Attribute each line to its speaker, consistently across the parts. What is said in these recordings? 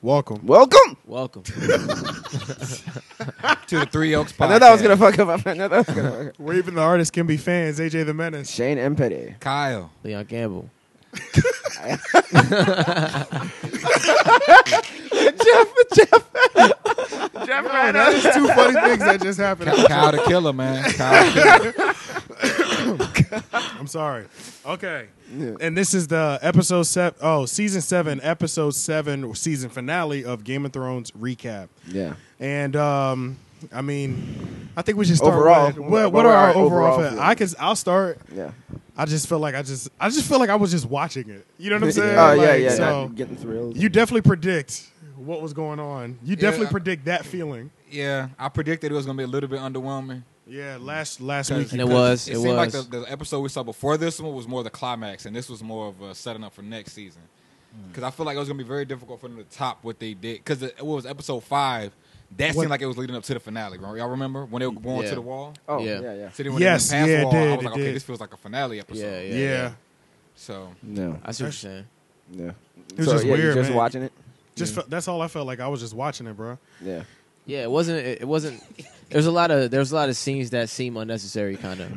Speaker 1: Welcome.
Speaker 2: Welcome.
Speaker 3: Welcome.
Speaker 4: to the Three Oaks podcast.
Speaker 2: I know that was gonna fuck up. I know that was gonna fuck up.
Speaker 1: Where even the artists can be fans. AJ the Menace.
Speaker 2: Shane and Petty.
Speaker 4: Kyle.
Speaker 3: Leon Campbell.
Speaker 2: Jeff
Speaker 1: Oh, that is two funny things that just happened.
Speaker 4: Ky- Kyle the killer, man. Kyle the killer.
Speaker 1: I'm sorry. Okay. And this is the episode seven. Oh, season seven, episode seven, season finale of Game of Thrones recap.
Speaker 2: Yeah.
Speaker 1: And um, I mean, I think we should start.
Speaker 2: Overall.
Speaker 1: with, what, what
Speaker 2: What
Speaker 1: are
Speaker 2: are
Speaker 1: our
Speaker 2: our
Speaker 1: overall?
Speaker 2: overall
Speaker 1: feel-
Speaker 2: feelings?
Speaker 1: I can. I'll start.
Speaker 2: Yeah.
Speaker 1: I just feel like I just. I just feel like I was just watching it. You know what I'm saying?
Speaker 2: Oh yeah,
Speaker 1: Like,
Speaker 2: yeah.
Speaker 1: So
Speaker 2: not getting thrilled.
Speaker 1: you definitely predict what was going on. You definitely
Speaker 4: I-
Speaker 1: predict that feeling.
Speaker 4: Yeah, I predicted it was gonna be a little bit underwhelming.
Speaker 1: Yeah. Last last
Speaker 4: Because-
Speaker 1: week.
Speaker 3: And it was.
Speaker 4: It,
Speaker 3: It, was.
Speaker 4: seemed like the, the episode we saw before this one was more the climax, and this was more of a setting up for next season.
Speaker 1: Mm.
Speaker 4: Because I feel like it was gonna be very difficult for them to top what they did. Because it was episode five. That
Speaker 1: What-
Speaker 4: seemed like it was leading up to the finale. Remember- Y'all remember when they were going
Speaker 3: Yeah.
Speaker 4: to the wall?
Speaker 2: Oh yeah,
Speaker 3: Yeah.
Speaker 2: yeah. yeah.
Speaker 4: So then when
Speaker 1: Yes,
Speaker 4: they went past
Speaker 1: yeah,
Speaker 4: the
Speaker 1: it
Speaker 4: wall, I
Speaker 1: did,
Speaker 4: was
Speaker 1: it
Speaker 4: like, okay,
Speaker 1: did.
Speaker 4: this feels like a finale episode.
Speaker 3: yeah, yeah,
Speaker 1: Yeah.
Speaker 3: yeah.
Speaker 4: So
Speaker 2: No.
Speaker 3: I see what you're saying.
Speaker 2: Yeah. It
Speaker 1: was just
Speaker 2: yeah,
Speaker 1: weird,
Speaker 2: You just
Speaker 1: man.
Speaker 2: watching it.
Speaker 1: Just fe- that's all I felt like. I was just watching it, bro.
Speaker 2: Yeah.
Speaker 3: Yeah, it wasn't. It, it wasn't. There's a lot of there's a lot of scenes that seem unnecessary, kind of.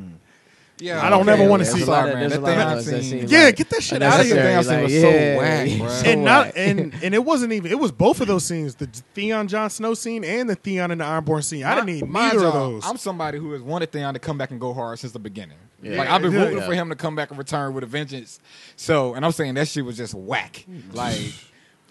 Speaker 4: yeah,
Speaker 1: I don't
Speaker 4: okay,
Speaker 1: ever wanna
Speaker 4: yeah,
Speaker 1: see-
Speaker 4: I'm sorry, man.
Speaker 3: There's a
Speaker 4: That
Speaker 3: lot
Speaker 4: thing
Speaker 3: of
Speaker 4: I've
Speaker 3: us that
Speaker 4: seen-
Speaker 3: seem
Speaker 4: Yeah,
Speaker 1: Yeah,
Speaker 3: like-
Speaker 1: get that shit out of
Speaker 4: that's the
Speaker 1: here.
Speaker 4: thing I've seen was so
Speaker 3: Unnecessary,
Speaker 4: whack,
Speaker 3: like,
Speaker 4: bruh.
Speaker 3: yeah.
Speaker 1: and
Speaker 3: whack.
Speaker 1: not and and it wasn't even it was both of those scenes the Theon Jon Snow scene and the Theon and the Ironborn scene. I didn't need
Speaker 4: mind
Speaker 1: neither of
Speaker 4: y'all,
Speaker 1: those.
Speaker 4: I'm somebody who has wanted Theon to come back and go hard since the beginning.
Speaker 3: Yeah.
Speaker 4: Like I've been
Speaker 1: Yeah.
Speaker 4: rooting
Speaker 3: Yeah.
Speaker 4: for him to come back and return with a vengeance. So, and I'm saying that shit was just whack. Like,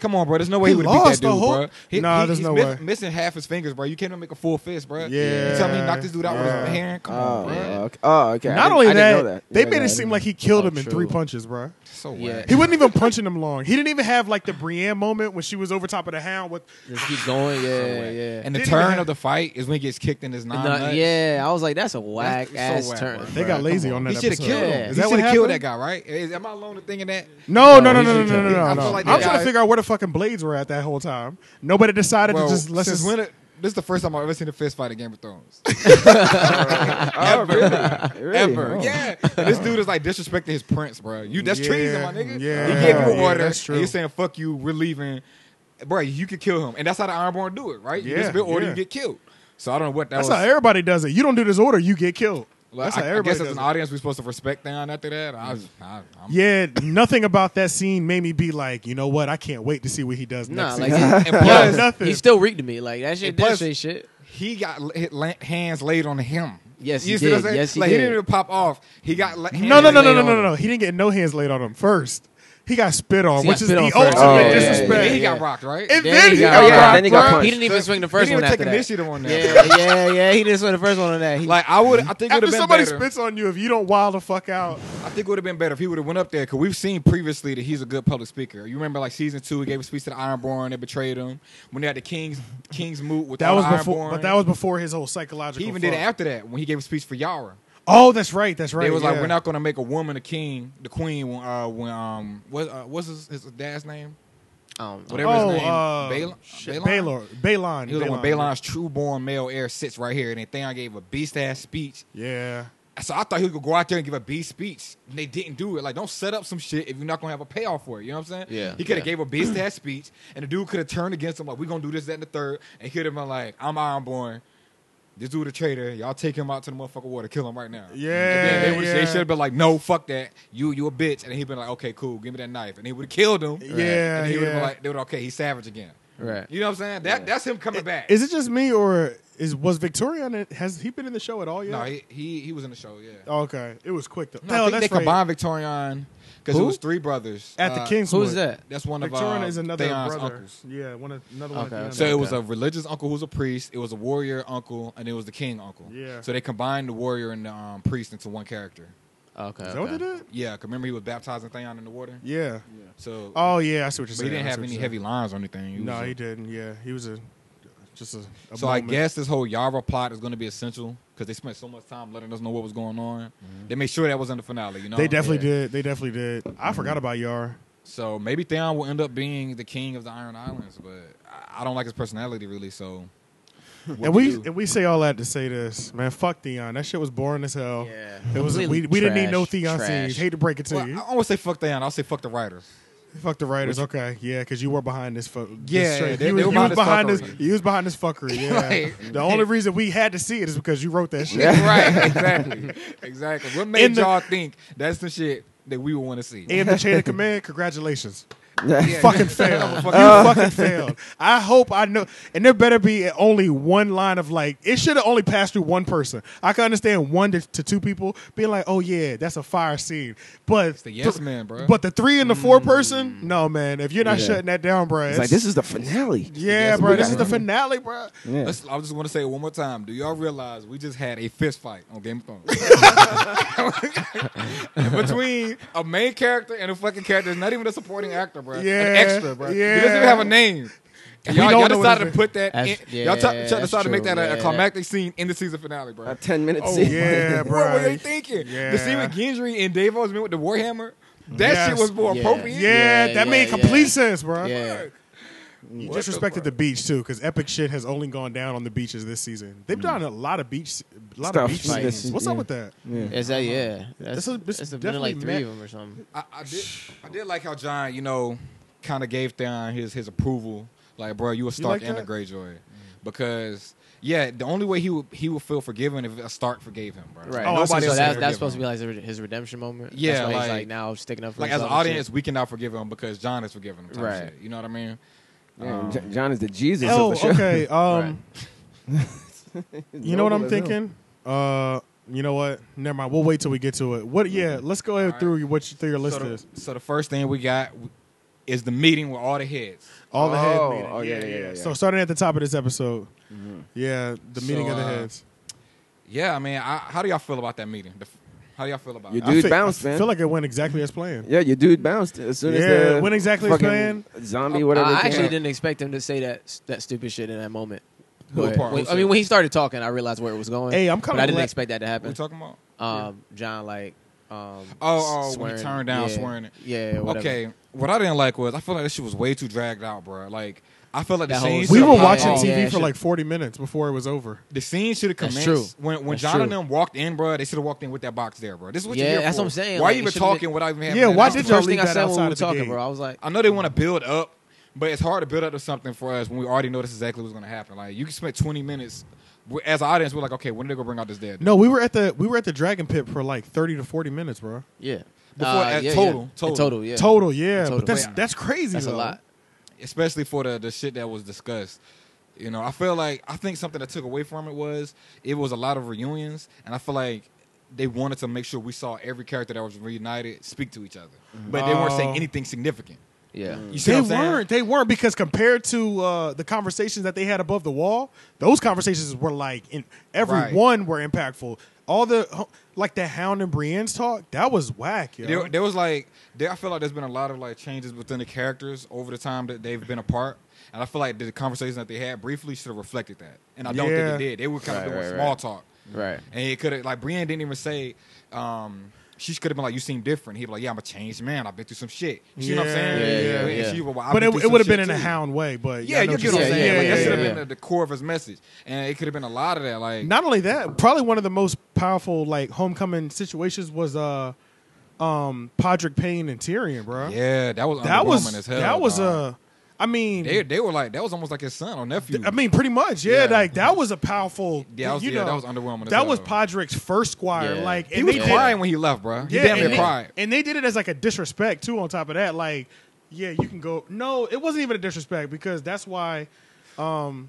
Speaker 4: come on, bro. There's no way
Speaker 1: He
Speaker 4: he, would have beat
Speaker 1: lost
Speaker 4: that
Speaker 1: the
Speaker 4: dude,
Speaker 1: whole-
Speaker 4: bro. He,
Speaker 1: Nah,
Speaker 4: he-
Speaker 1: there's
Speaker 4: he's
Speaker 1: no way.
Speaker 4: miss- missing half his fingers, bro. You can't even make a full fist, bro.
Speaker 1: Yeah.
Speaker 4: You tell me he knocked this dude out with
Speaker 1: Yeah.
Speaker 4: his hand? Come on,
Speaker 2: Oh,
Speaker 4: bro.
Speaker 2: yeah, okay. oh, okay. I
Speaker 1: Not
Speaker 2: didn't-
Speaker 1: only
Speaker 2: I
Speaker 1: that,
Speaker 2: didn't know that
Speaker 1: they
Speaker 2: Yeah,
Speaker 1: made
Speaker 2: yeah, I
Speaker 1: it seem
Speaker 2: didn't-
Speaker 1: like he killed
Speaker 3: Oh,
Speaker 1: him in
Speaker 3: true.
Speaker 1: three punches, bro.
Speaker 4: So
Speaker 3: Yeah.
Speaker 4: whack.
Speaker 1: He wasn't even punching him long. He didn't even have like the Brienne moment when she was over top of the hound with
Speaker 3: Just keep going.
Speaker 4: So
Speaker 3: Yeah,
Speaker 4: whack.
Speaker 3: yeah.
Speaker 4: And the
Speaker 1: Didn't even
Speaker 4: turn
Speaker 1: have-
Speaker 4: of the fight is when he gets kicked in his nine
Speaker 3: Nah,
Speaker 4: nuts.
Speaker 3: yeah, I was like, that's a whack
Speaker 4: That's
Speaker 3: ass
Speaker 4: so whack,
Speaker 3: turn.
Speaker 4: bro.
Speaker 1: They got lazy on that.
Speaker 4: He should have
Speaker 1: episode.
Speaker 4: killed
Speaker 3: Yeah.
Speaker 4: him.
Speaker 1: Is
Speaker 4: He
Speaker 1: that
Speaker 4: should
Speaker 1: what
Speaker 4: have killed
Speaker 1: happened?
Speaker 4: that guy, right? Is, am I alone in thinking that?
Speaker 1: No, no,
Speaker 3: No,
Speaker 1: no,
Speaker 3: he
Speaker 1: no, no,
Speaker 3: should've
Speaker 1: no, no,
Speaker 3: killed
Speaker 1: no,
Speaker 4: him. I
Speaker 1: no.
Speaker 4: feel like
Speaker 1: I'm
Speaker 4: that
Speaker 1: trying to
Speaker 4: guy-
Speaker 1: figure out where the fucking blades were at that whole time. Nobody decided
Speaker 4: Well,
Speaker 1: to just let's
Speaker 4: since
Speaker 1: just
Speaker 4: when it- this is the first time I've ever seen a fist fight in Game of Thrones.
Speaker 2: Oh, really? Really?
Speaker 4: Ever.
Speaker 2: Oh.
Speaker 4: Yeah. And this dude is like disrespecting his prince, bro. You that's
Speaker 1: Yeah.
Speaker 4: treason, my nigga.
Speaker 1: Yeah.
Speaker 4: He gave you an
Speaker 1: Yeah,
Speaker 4: order.
Speaker 1: that's true.
Speaker 4: And you're saying, fuck you, we're leaving. Bro, you could kill him. And that's how the Ironborn do it, right? You
Speaker 1: Yeah,
Speaker 4: disobey order,
Speaker 1: yeah.
Speaker 4: you get killed. So I don't know what that
Speaker 1: That's
Speaker 4: was.
Speaker 1: how everybody does it. You don't do this order, you get killed.
Speaker 4: like,
Speaker 1: That's
Speaker 4: I,
Speaker 1: how
Speaker 4: I
Speaker 1: everybody
Speaker 4: guess as
Speaker 1: does
Speaker 4: an
Speaker 1: it.
Speaker 4: audience, we're supposed to respect Theon after that. I, was- I, I'm,
Speaker 1: Yeah, nothing about that scene made me be like, you know what? I can't wait to see what he does
Speaker 3: Nah,
Speaker 1: next.
Speaker 3: like
Speaker 1: season.
Speaker 4: And
Speaker 1: Yeah,
Speaker 4: plus,
Speaker 1: nothing.
Speaker 3: he still reeked to me. Like that shit.
Speaker 4: And plus-
Speaker 3: That shit. shit.
Speaker 4: he got l- hit la- hands laid on him.
Speaker 3: Yes,
Speaker 4: you
Speaker 3: he
Speaker 4: see what I'm
Speaker 3: did.
Speaker 4: saying?
Speaker 3: Yes, he
Speaker 4: like, He
Speaker 3: did.
Speaker 4: didn't even pop off. He got la- hands
Speaker 1: no, no, no, no,
Speaker 4: laid
Speaker 1: no,
Speaker 4: on
Speaker 1: no,
Speaker 4: him.
Speaker 1: no, no. He didn't get no hands laid on him first. He got spit on,
Speaker 3: He
Speaker 1: which
Speaker 3: got
Speaker 1: is
Speaker 3: spit
Speaker 1: the
Speaker 3: on
Speaker 1: ultimate
Speaker 3: first.
Speaker 2: Oh, yeah, yeah,
Speaker 1: disrespect.
Speaker 4: And then he
Speaker 3: Yeah.
Speaker 4: got rocked, right?
Speaker 1: And
Speaker 3: Then
Speaker 1: then
Speaker 3: he
Speaker 1: he
Speaker 3: got
Speaker 1: got
Speaker 2: rocked.
Speaker 1: rocked.
Speaker 2: Then he got
Speaker 1: bruh.
Speaker 2: punched.
Speaker 3: He didn't even swing the first
Speaker 4: he didn't
Speaker 3: one
Speaker 4: even
Speaker 3: after
Speaker 4: take
Speaker 3: that.
Speaker 4: initiative on that.
Speaker 3: Yeah, yeah, yeah. He didn't swing the first one on that. He,
Speaker 4: Like I would, I think it would
Speaker 1: After
Speaker 4: have been
Speaker 1: somebody
Speaker 4: better.
Speaker 1: spits on you, if you don't wild the fuck out,
Speaker 4: I think it would have been better if he would have went up there because we've seen previously that he's a good public speaker. You remember like season two, he gave a speech to the Ironborn, they betrayed him when they had the King's King's moot with
Speaker 1: that
Speaker 4: all
Speaker 1: was
Speaker 4: the
Speaker 1: before.
Speaker 4: Ironborn.
Speaker 1: But that was before his whole psychological.
Speaker 4: he even
Speaker 1: fuck.
Speaker 4: did it after that when he gave a speech for Yara.
Speaker 1: Oh, that's right. That's right.
Speaker 4: They was like,
Speaker 1: yeah.
Speaker 4: we're not going to make a woman a king, the queen. When uh, when um, what uh, what's his, his dad's name?
Speaker 3: um,
Speaker 4: Whatever
Speaker 1: Oh,
Speaker 4: his name,
Speaker 1: uh,
Speaker 4: Balon.
Speaker 1: shit,
Speaker 4: Balon?
Speaker 1: Balor, Balon,
Speaker 4: He was like, when
Speaker 1: Balon.
Speaker 4: Balon's true-born male heir sits right here, and they think I gave a beast-ass speech.
Speaker 1: Yeah,
Speaker 4: So I thought he could go out there and give a B speech, and they didn't do it. Like, don't set up some shit if you're not gonna have a payoff for it. You know what I'm saying?
Speaker 3: Yeah,
Speaker 4: He could have
Speaker 3: yeah.
Speaker 4: gave a beast ass speech, and the dude could have turned against him like, "We gonna do this, that, and the third. and he'd have been like, "I'm Ironborn. This dude a traitor. Y'all take him out to the motherfucking water, kill him right now." And then
Speaker 1: yeah,
Speaker 4: they,
Speaker 1: yeah.
Speaker 4: should have been like, "No, fuck that. You, you a bitch." And he'd been like, "Okay, cool. Give me that knife," and he would have killed him.
Speaker 1: Yeah,
Speaker 4: And he would
Speaker 1: yeah.
Speaker 4: have been like, "They would okay. He's savage again."
Speaker 3: right.
Speaker 4: You know what I'm saying? That that's him coming back.
Speaker 1: Is it just me or is was Victoria on it? Has he been in the show at all yet?
Speaker 4: no, he, he he was in the show. Yeah.
Speaker 1: okay, it was quick though.
Speaker 4: No,
Speaker 1: Hell,
Speaker 4: I think
Speaker 1: that's
Speaker 4: they
Speaker 1: right.
Speaker 4: combined Victorian because it
Speaker 3: Who?
Speaker 4: was three brothers
Speaker 1: At the
Speaker 4: Uh,
Speaker 1: Kingswood.
Speaker 3: Who's that?
Speaker 4: That's one
Speaker 1: Victorin
Speaker 4: of uh,
Speaker 1: is another
Speaker 4: Theon's
Speaker 1: brother.
Speaker 4: uncles.
Speaker 1: Yeah, one of, another one.
Speaker 3: Okay,
Speaker 1: Of
Speaker 3: okay.
Speaker 4: So it was a religious uncle who's a priest. It was a warrior uncle, and it was the king uncle.
Speaker 1: Yeah.
Speaker 4: So they combined the warrior and the um, priest into one character.
Speaker 3: Okay.
Speaker 1: Is that what
Speaker 3: okay.
Speaker 1: they did?
Speaker 4: Yeah, 'cause remember he was baptizing Theon in the water.
Speaker 1: Yeah.
Speaker 4: So,
Speaker 1: Oh yeah, I see what you're
Speaker 4: but
Speaker 1: saying.
Speaker 4: he didn't
Speaker 1: I see
Speaker 4: have
Speaker 1: what
Speaker 4: any
Speaker 1: you're
Speaker 4: heavy lines or anything.
Speaker 1: saying.
Speaker 4: was
Speaker 1: No,
Speaker 4: a-
Speaker 1: he didn't. Yeah, he was a just a. a
Speaker 4: So I
Speaker 1: moment.
Speaker 4: guess this whole Yara plot is going to be essential because they spent so much time letting us know what was going on. They made sure that was in the finale. You know,
Speaker 1: Mm-hmm. they definitely
Speaker 3: yeah.
Speaker 1: did. They definitely did. I forgot about Yar.
Speaker 4: So maybe Theon will end up being the king of the Iron Islands, but I- I don't like his personality really. So
Speaker 1: And we and we say all that to say this, man. Fuck Theon. That shit was boring as hell.
Speaker 3: Yeah.
Speaker 1: It was. We,
Speaker 3: Completely
Speaker 1: we didn't need no
Speaker 3: trash,
Speaker 1: Theon
Speaker 3: trash.
Speaker 1: scenes. Hate to break it to
Speaker 4: Well, I
Speaker 1: you.
Speaker 4: almost say fuck Theon. I'll say fuck the writer.
Speaker 1: Fuck the writers. Okay, yeah, because you were behind this. Fu- this
Speaker 4: Yeah,
Speaker 1: straight-
Speaker 4: they-
Speaker 1: you,
Speaker 4: they
Speaker 1: was,
Speaker 4: were
Speaker 1: you was
Speaker 4: behind
Speaker 1: behind
Speaker 4: this
Speaker 1: this. You was behind this fuckery. Yeah.
Speaker 4: Like-
Speaker 1: the only reason we had to see it is because you wrote that shit.
Speaker 4: right, exactly, exactly. What made
Speaker 1: the-
Speaker 4: y'all think that's the shit that we would want to see?
Speaker 1: And the chain of command. Congratulations.
Speaker 4: Yeah,
Speaker 1: fucking Uh, failed.
Speaker 4: motherfucker.
Speaker 1: you fucking failed. I hope I know. And there better be only one line of like, it should have only passed through one person. I can understand one to, to two people being like, oh yeah, that's a fire scene. But
Speaker 4: the yes man, bro.
Speaker 1: But the three and the four person, no man. If you're not
Speaker 2: Yeah.
Speaker 1: shutting that down, bro,
Speaker 2: It's like this is the finale.
Speaker 1: yeah,
Speaker 4: Yes,
Speaker 1: bro,
Speaker 4: man,
Speaker 1: this is the
Speaker 4: bruh.
Speaker 1: finale, bro.
Speaker 2: Yeah.
Speaker 4: Let's, I just want to say it one more time. Do y'all realize we just had a fist fight on Game of Thrones between a main character and a fucking character that's not even a supporting actor, bro?
Speaker 1: Yeah,
Speaker 4: an extra, bro.
Speaker 1: yeah.
Speaker 4: He doesn't even have a name. And
Speaker 1: We
Speaker 4: y'all
Speaker 1: don't
Speaker 4: y'all
Speaker 1: know what
Speaker 4: decided
Speaker 1: his
Speaker 4: to put that.
Speaker 3: That's-
Speaker 4: in, y'all t-
Speaker 3: yeah,
Speaker 4: y'all
Speaker 3: that's
Speaker 4: decided to make
Speaker 3: true,
Speaker 4: that a, a
Speaker 3: yeah.
Speaker 4: climactic scene in the season finale, bro.
Speaker 2: A ten minute
Speaker 1: Oh
Speaker 2: scene.
Speaker 1: yeah, bro.
Speaker 4: What were they thinking? The scene
Speaker 1: Yeah.
Speaker 4: with Gendry and Davos with the Warhammer. That
Speaker 1: Yes.
Speaker 4: shit was more
Speaker 3: Yeah.
Speaker 4: appropriate.
Speaker 1: Yeah,
Speaker 3: Yeah,
Speaker 1: that
Speaker 3: yeah,
Speaker 1: made complete
Speaker 3: yeah.
Speaker 1: sense, bro.
Speaker 3: Yeah.
Speaker 1: You
Speaker 4: What the
Speaker 1: disrespected the,
Speaker 4: fuck?
Speaker 1: beach too, because epic shit has only gone down on the beaches this season. They've done a lot of beach, a lot
Speaker 2: Mm. Stuff
Speaker 1: of beach
Speaker 2: like
Speaker 1: scenes.
Speaker 2: this,
Speaker 1: What's
Speaker 2: yeah.
Speaker 1: up with that?
Speaker 3: Is that yeah? That's,
Speaker 1: Uh-huh. This is- this
Speaker 3: that's been
Speaker 1: definitely
Speaker 3: like three
Speaker 1: met-
Speaker 3: of them or something.
Speaker 4: I, I did. I did like how John, you know, kind of gave down his his approval. Like, bro, you a Stark
Speaker 1: like
Speaker 4: and a
Speaker 1: that? Mm.
Speaker 4: Greyjoy, because yeah, the only way he would he would feel forgiven if a Stark forgave him, bro.
Speaker 3: Right.
Speaker 1: Oh, I see what
Speaker 3: Nobody.
Speaker 1: you're saying.
Speaker 3: So that's, that's supposed to be like his re- his redemption moment. That's
Speaker 4: Yeah,
Speaker 3: why he's
Speaker 4: like-
Speaker 3: like, now sticking up for
Speaker 4: like as an
Speaker 3: himself and
Speaker 4: audience,
Speaker 3: shit.
Speaker 4: we cannot forgive him because John is forgiving him. Type
Speaker 3: Right.
Speaker 4: Shit, you know what I mean?
Speaker 2: Damn, J- John is the Jesus
Speaker 1: oh,
Speaker 2: of the show.
Speaker 1: okay. Um,
Speaker 3: Right.
Speaker 1: you know what I'm thinking? Uh, you know what? Never mind. We'll wait till we get to it. What? Yeah,
Speaker 2: Mm-hmm.
Speaker 1: let's go ahead
Speaker 4: All
Speaker 1: through what you, through your list
Speaker 4: so, the,
Speaker 1: is.
Speaker 4: so the first thing we got is the meeting with all the heads.
Speaker 1: All the head
Speaker 2: Oh,
Speaker 1: meeting.
Speaker 2: oh, yeah, yeah, yeah, yeah. Mm-hmm.
Speaker 1: So starting at the top of this episode. Yeah, the
Speaker 4: So,
Speaker 1: meeting of the
Speaker 4: uh,
Speaker 1: heads.
Speaker 4: Yeah, I mean, I, how do y'all feel about that meeting? The f- how do y'all feel about
Speaker 2: You
Speaker 4: it?
Speaker 1: I
Speaker 2: Dude
Speaker 1: fe-
Speaker 2: bounced,
Speaker 1: I
Speaker 2: man.
Speaker 1: feel like it went exactly as planned.
Speaker 2: Yeah, your dude bounced as soon as
Speaker 1: Yeah,
Speaker 2: the
Speaker 1: when exactly he's
Speaker 2: fucking
Speaker 1: playing?
Speaker 2: zombie whatever.
Speaker 3: I
Speaker 2: came
Speaker 3: actually
Speaker 2: out.
Speaker 3: didn't expect him to say that that stupid shit in that moment.
Speaker 4: What
Speaker 3: But
Speaker 4: part?
Speaker 3: when-
Speaker 4: Who
Speaker 3: I
Speaker 4: said-
Speaker 3: mean, when he started talking, I realized where it was going.
Speaker 1: Hey, I'm
Speaker 3: but
Speaker 1: kinda
Speaker 3: I didn't
Speaker 1: glad-
Speaker 3: expect that to
Speaker 4: What we
Speaker 3: happen.
Speaker 4: talking about?
Speaker 3: Um, John like, um,
Speaker 4: oh, when he
Speaker 3: swearing,
Speaker 4: turned down
Speaker 3: yeah,
Speaker 4: swearing it.
Speaker 3: Yeah, whatever.
Speaker 4: Okay, what I didn't like was I feel like this shit was way too dragged out, bro. Like I feel like the
Speaker 3: That whole
Speaker 4: scene
Speaker 3: scene.
Speaker 1: We
Speaker 4: should've
Speaker 1: were
Speaker 4: popped
Speaker 1: watching
Speaker 4: off.
Speaker 3: Yeah,
Speaker 1: TV
Speaker 3: yeah,
Speaker 1: for
Speaker 3: shit.
Speaker 1: like 40 minutes before it was over.
Speaker 4: The scene should have
Speaker 3: That's
Speaker 4: commenced
Speaker 3: true.
Speaker 4: when when
Speaker 3: That's
Speaker 4: John and
Speaker 3: true.
Speaker 4: them walked in, bro. They should have walked in with that box there, bro. This is what
Speaker 3: Yeah,
Speaker 4: you're here
Speaker 3: that's
Speaker 4: for.
Speaker 3: what I'm saying.
Speaker 4: Why
Speaker 3: Like,
Speaker 4: you
Speaker 3: it
Speaker 4: even
Speaker 3: should've
Speaker 4: talking
Speaker 3: been-
Speaker 4: without even having?
Speaker 1: Yeah,
Speaker 4: that
Speaker 1: why
Speaker 4: out?
Speaker 3: That's the
Speaker 1: did y'all
Speaker 3: first thing
Speaker 1: leave
Speaker 3: I
Speaker 1: that
Speaker 3: said when
Speaker 1: outside
Speaker 3: we were
Speaker 1: of the
Speaker 3: talking,
Speaker 1: gate?
Speaker 3: bro. I was like,
Speaker 4: I know they want to build up, but it's hard to build up to something for us when we already know this is exactly what's gonna happen. Like you can spend 20 minutes we- as an audience, we're like, okay, when are they gonna bring out this dead? dude?
Speaker 1: No, we were at the we were at the Dragon Pit for like 30 to 40 minutes, bro.
Speaker 3: yeah.
Speaker 4: Before-
Speaker 3: Uh,
Speaker 4: at
Speaker 3: yeah, yeah.
Speaker 4: total,
Speaker 3: In
Speaker 4: total.
Speaker 3: total, yeah,
Speaker 1: Total, yeah,
Speaker 3: Total.
Speaker 1: but that's
Speaker 4: Wait,
Speaker 1: that's crazy.
Speaker 3: That's a
Speaker 1: though.
Speaker 3: lot.
Speaker 4: especially for the the shit that was discussed. You know, I feel like I think something that took away from it was it was a lot of reunions, and I feel like they wanted to make sure we saw every character that was reunited speak to each other,
Speaker 3: Mm-hmm.
Speaker 4: but they weren't saying
Speaker 1: Oh.
Speaker 4: anything significant.
Speaker 3: Yeah,
Speaker 4: You see
Speaker 1: They
Speaker 4: what I'm saying?
Speaker 1: weren't. They weren't because compared to uh, the conversations that they had above the wall, those conversations were like in, every
Speaker 4: Right.
Speaker 1: one were impactful. All the uh, like the Hound and Brienne's talk that was whack. Yo.
Speaker 4: There, there was like, there, I feel like there's been a lot of like changes within the characters over the time that they've been apart, and I feel like the conversation that they had briefly should have reflected that, and I don't
Speaker 1: Yeah.
Speaker 4: think it did. They were kind
Speaker 3: Right,
Speaker 4: of doing
Speaker 3: right,
Speaker 4: small
Speaker 3: right.
Speaker 4: talk.
Speaker 3: right.
Speaker 4: And it could have like Brienne didn't even say. Um, she could have been like, "You seem different." He'd be like, "Yeah, I'm a changed man. I've been through some shit." You see what I'm
Speaker 1: Yeah,
Speaker 4: saying?
Speaker 3: yeah,
Speaker 4: And
Speaker 3: yeah.
Speaker 4: she was, "Well, I've
Speaker 1: but
Speaker 4: been
Speaker 1: it,
Speaker 4: through
Speaker 1: it
Speaker 4: some
Speaker 1: would have
Speaker 4: shit
Speaker 1: been in a
Speaker 4: too."
Speaker 1: Hound way. But
Speaker 4: Yeah,
Speaker 1: I
Speaker 4: you
Speaker 1: know
Speaker 4: get
Speaker 1: what
Speaker 4: what I'm
Speaker 1: you're
Speaker 3: Yeah,
Speaker 4: saying.
Speaker 1: saying.
Speaker 4: like, that
Speaker 3: yeah,
Speaker 4: should have
Speaker 3: yeah.
Speaker 4: been the, the core of his message, and it could have been a lot of that. Like,
Speaker 1: Not only that, probably one of the most powerful like homecoming situations was uh um Podrick Payne and Tyrion, bro.
Speaker 4: yeah, that was
Speaker 1: that was
Speaker 4: underwhelming as hell.
Speaker 1: that was uh,
Speaker 4: dog.
Speaker 1: a. I mean,
Speaker 4: They they were like that was almost like his son or nephew.
Speaker 1: I mean, pretty much, yeah.
Speaker 4: Yeah.
Speaker 1: Like that was a powerful.
Speaker 4: Yeah, that was-
Speaker 1: you
Speaker 4: yeah,
Speaker 1: know,
Speaker 4: that was underwhelming as
Speaker 1: That was
Speaker 4: hell.
Speaker 1: Podrick's first squire.
Speaker 3: Yeah.
Speaker 1: Like
Speaker 4: he
Speaker 1: and
Speaker 4: was
Speaker 1: they did-
Speaker 4: crying when he left, bro. He damn
Speaker 1: and
Speaker 4: near
Speaker 1: they-
Speaker 4: cried.
Speaker 1: And they did it as like a disrespect too. On top of that, like, yeah, you can go. No, it wasn't even a disrespect because that's why, um,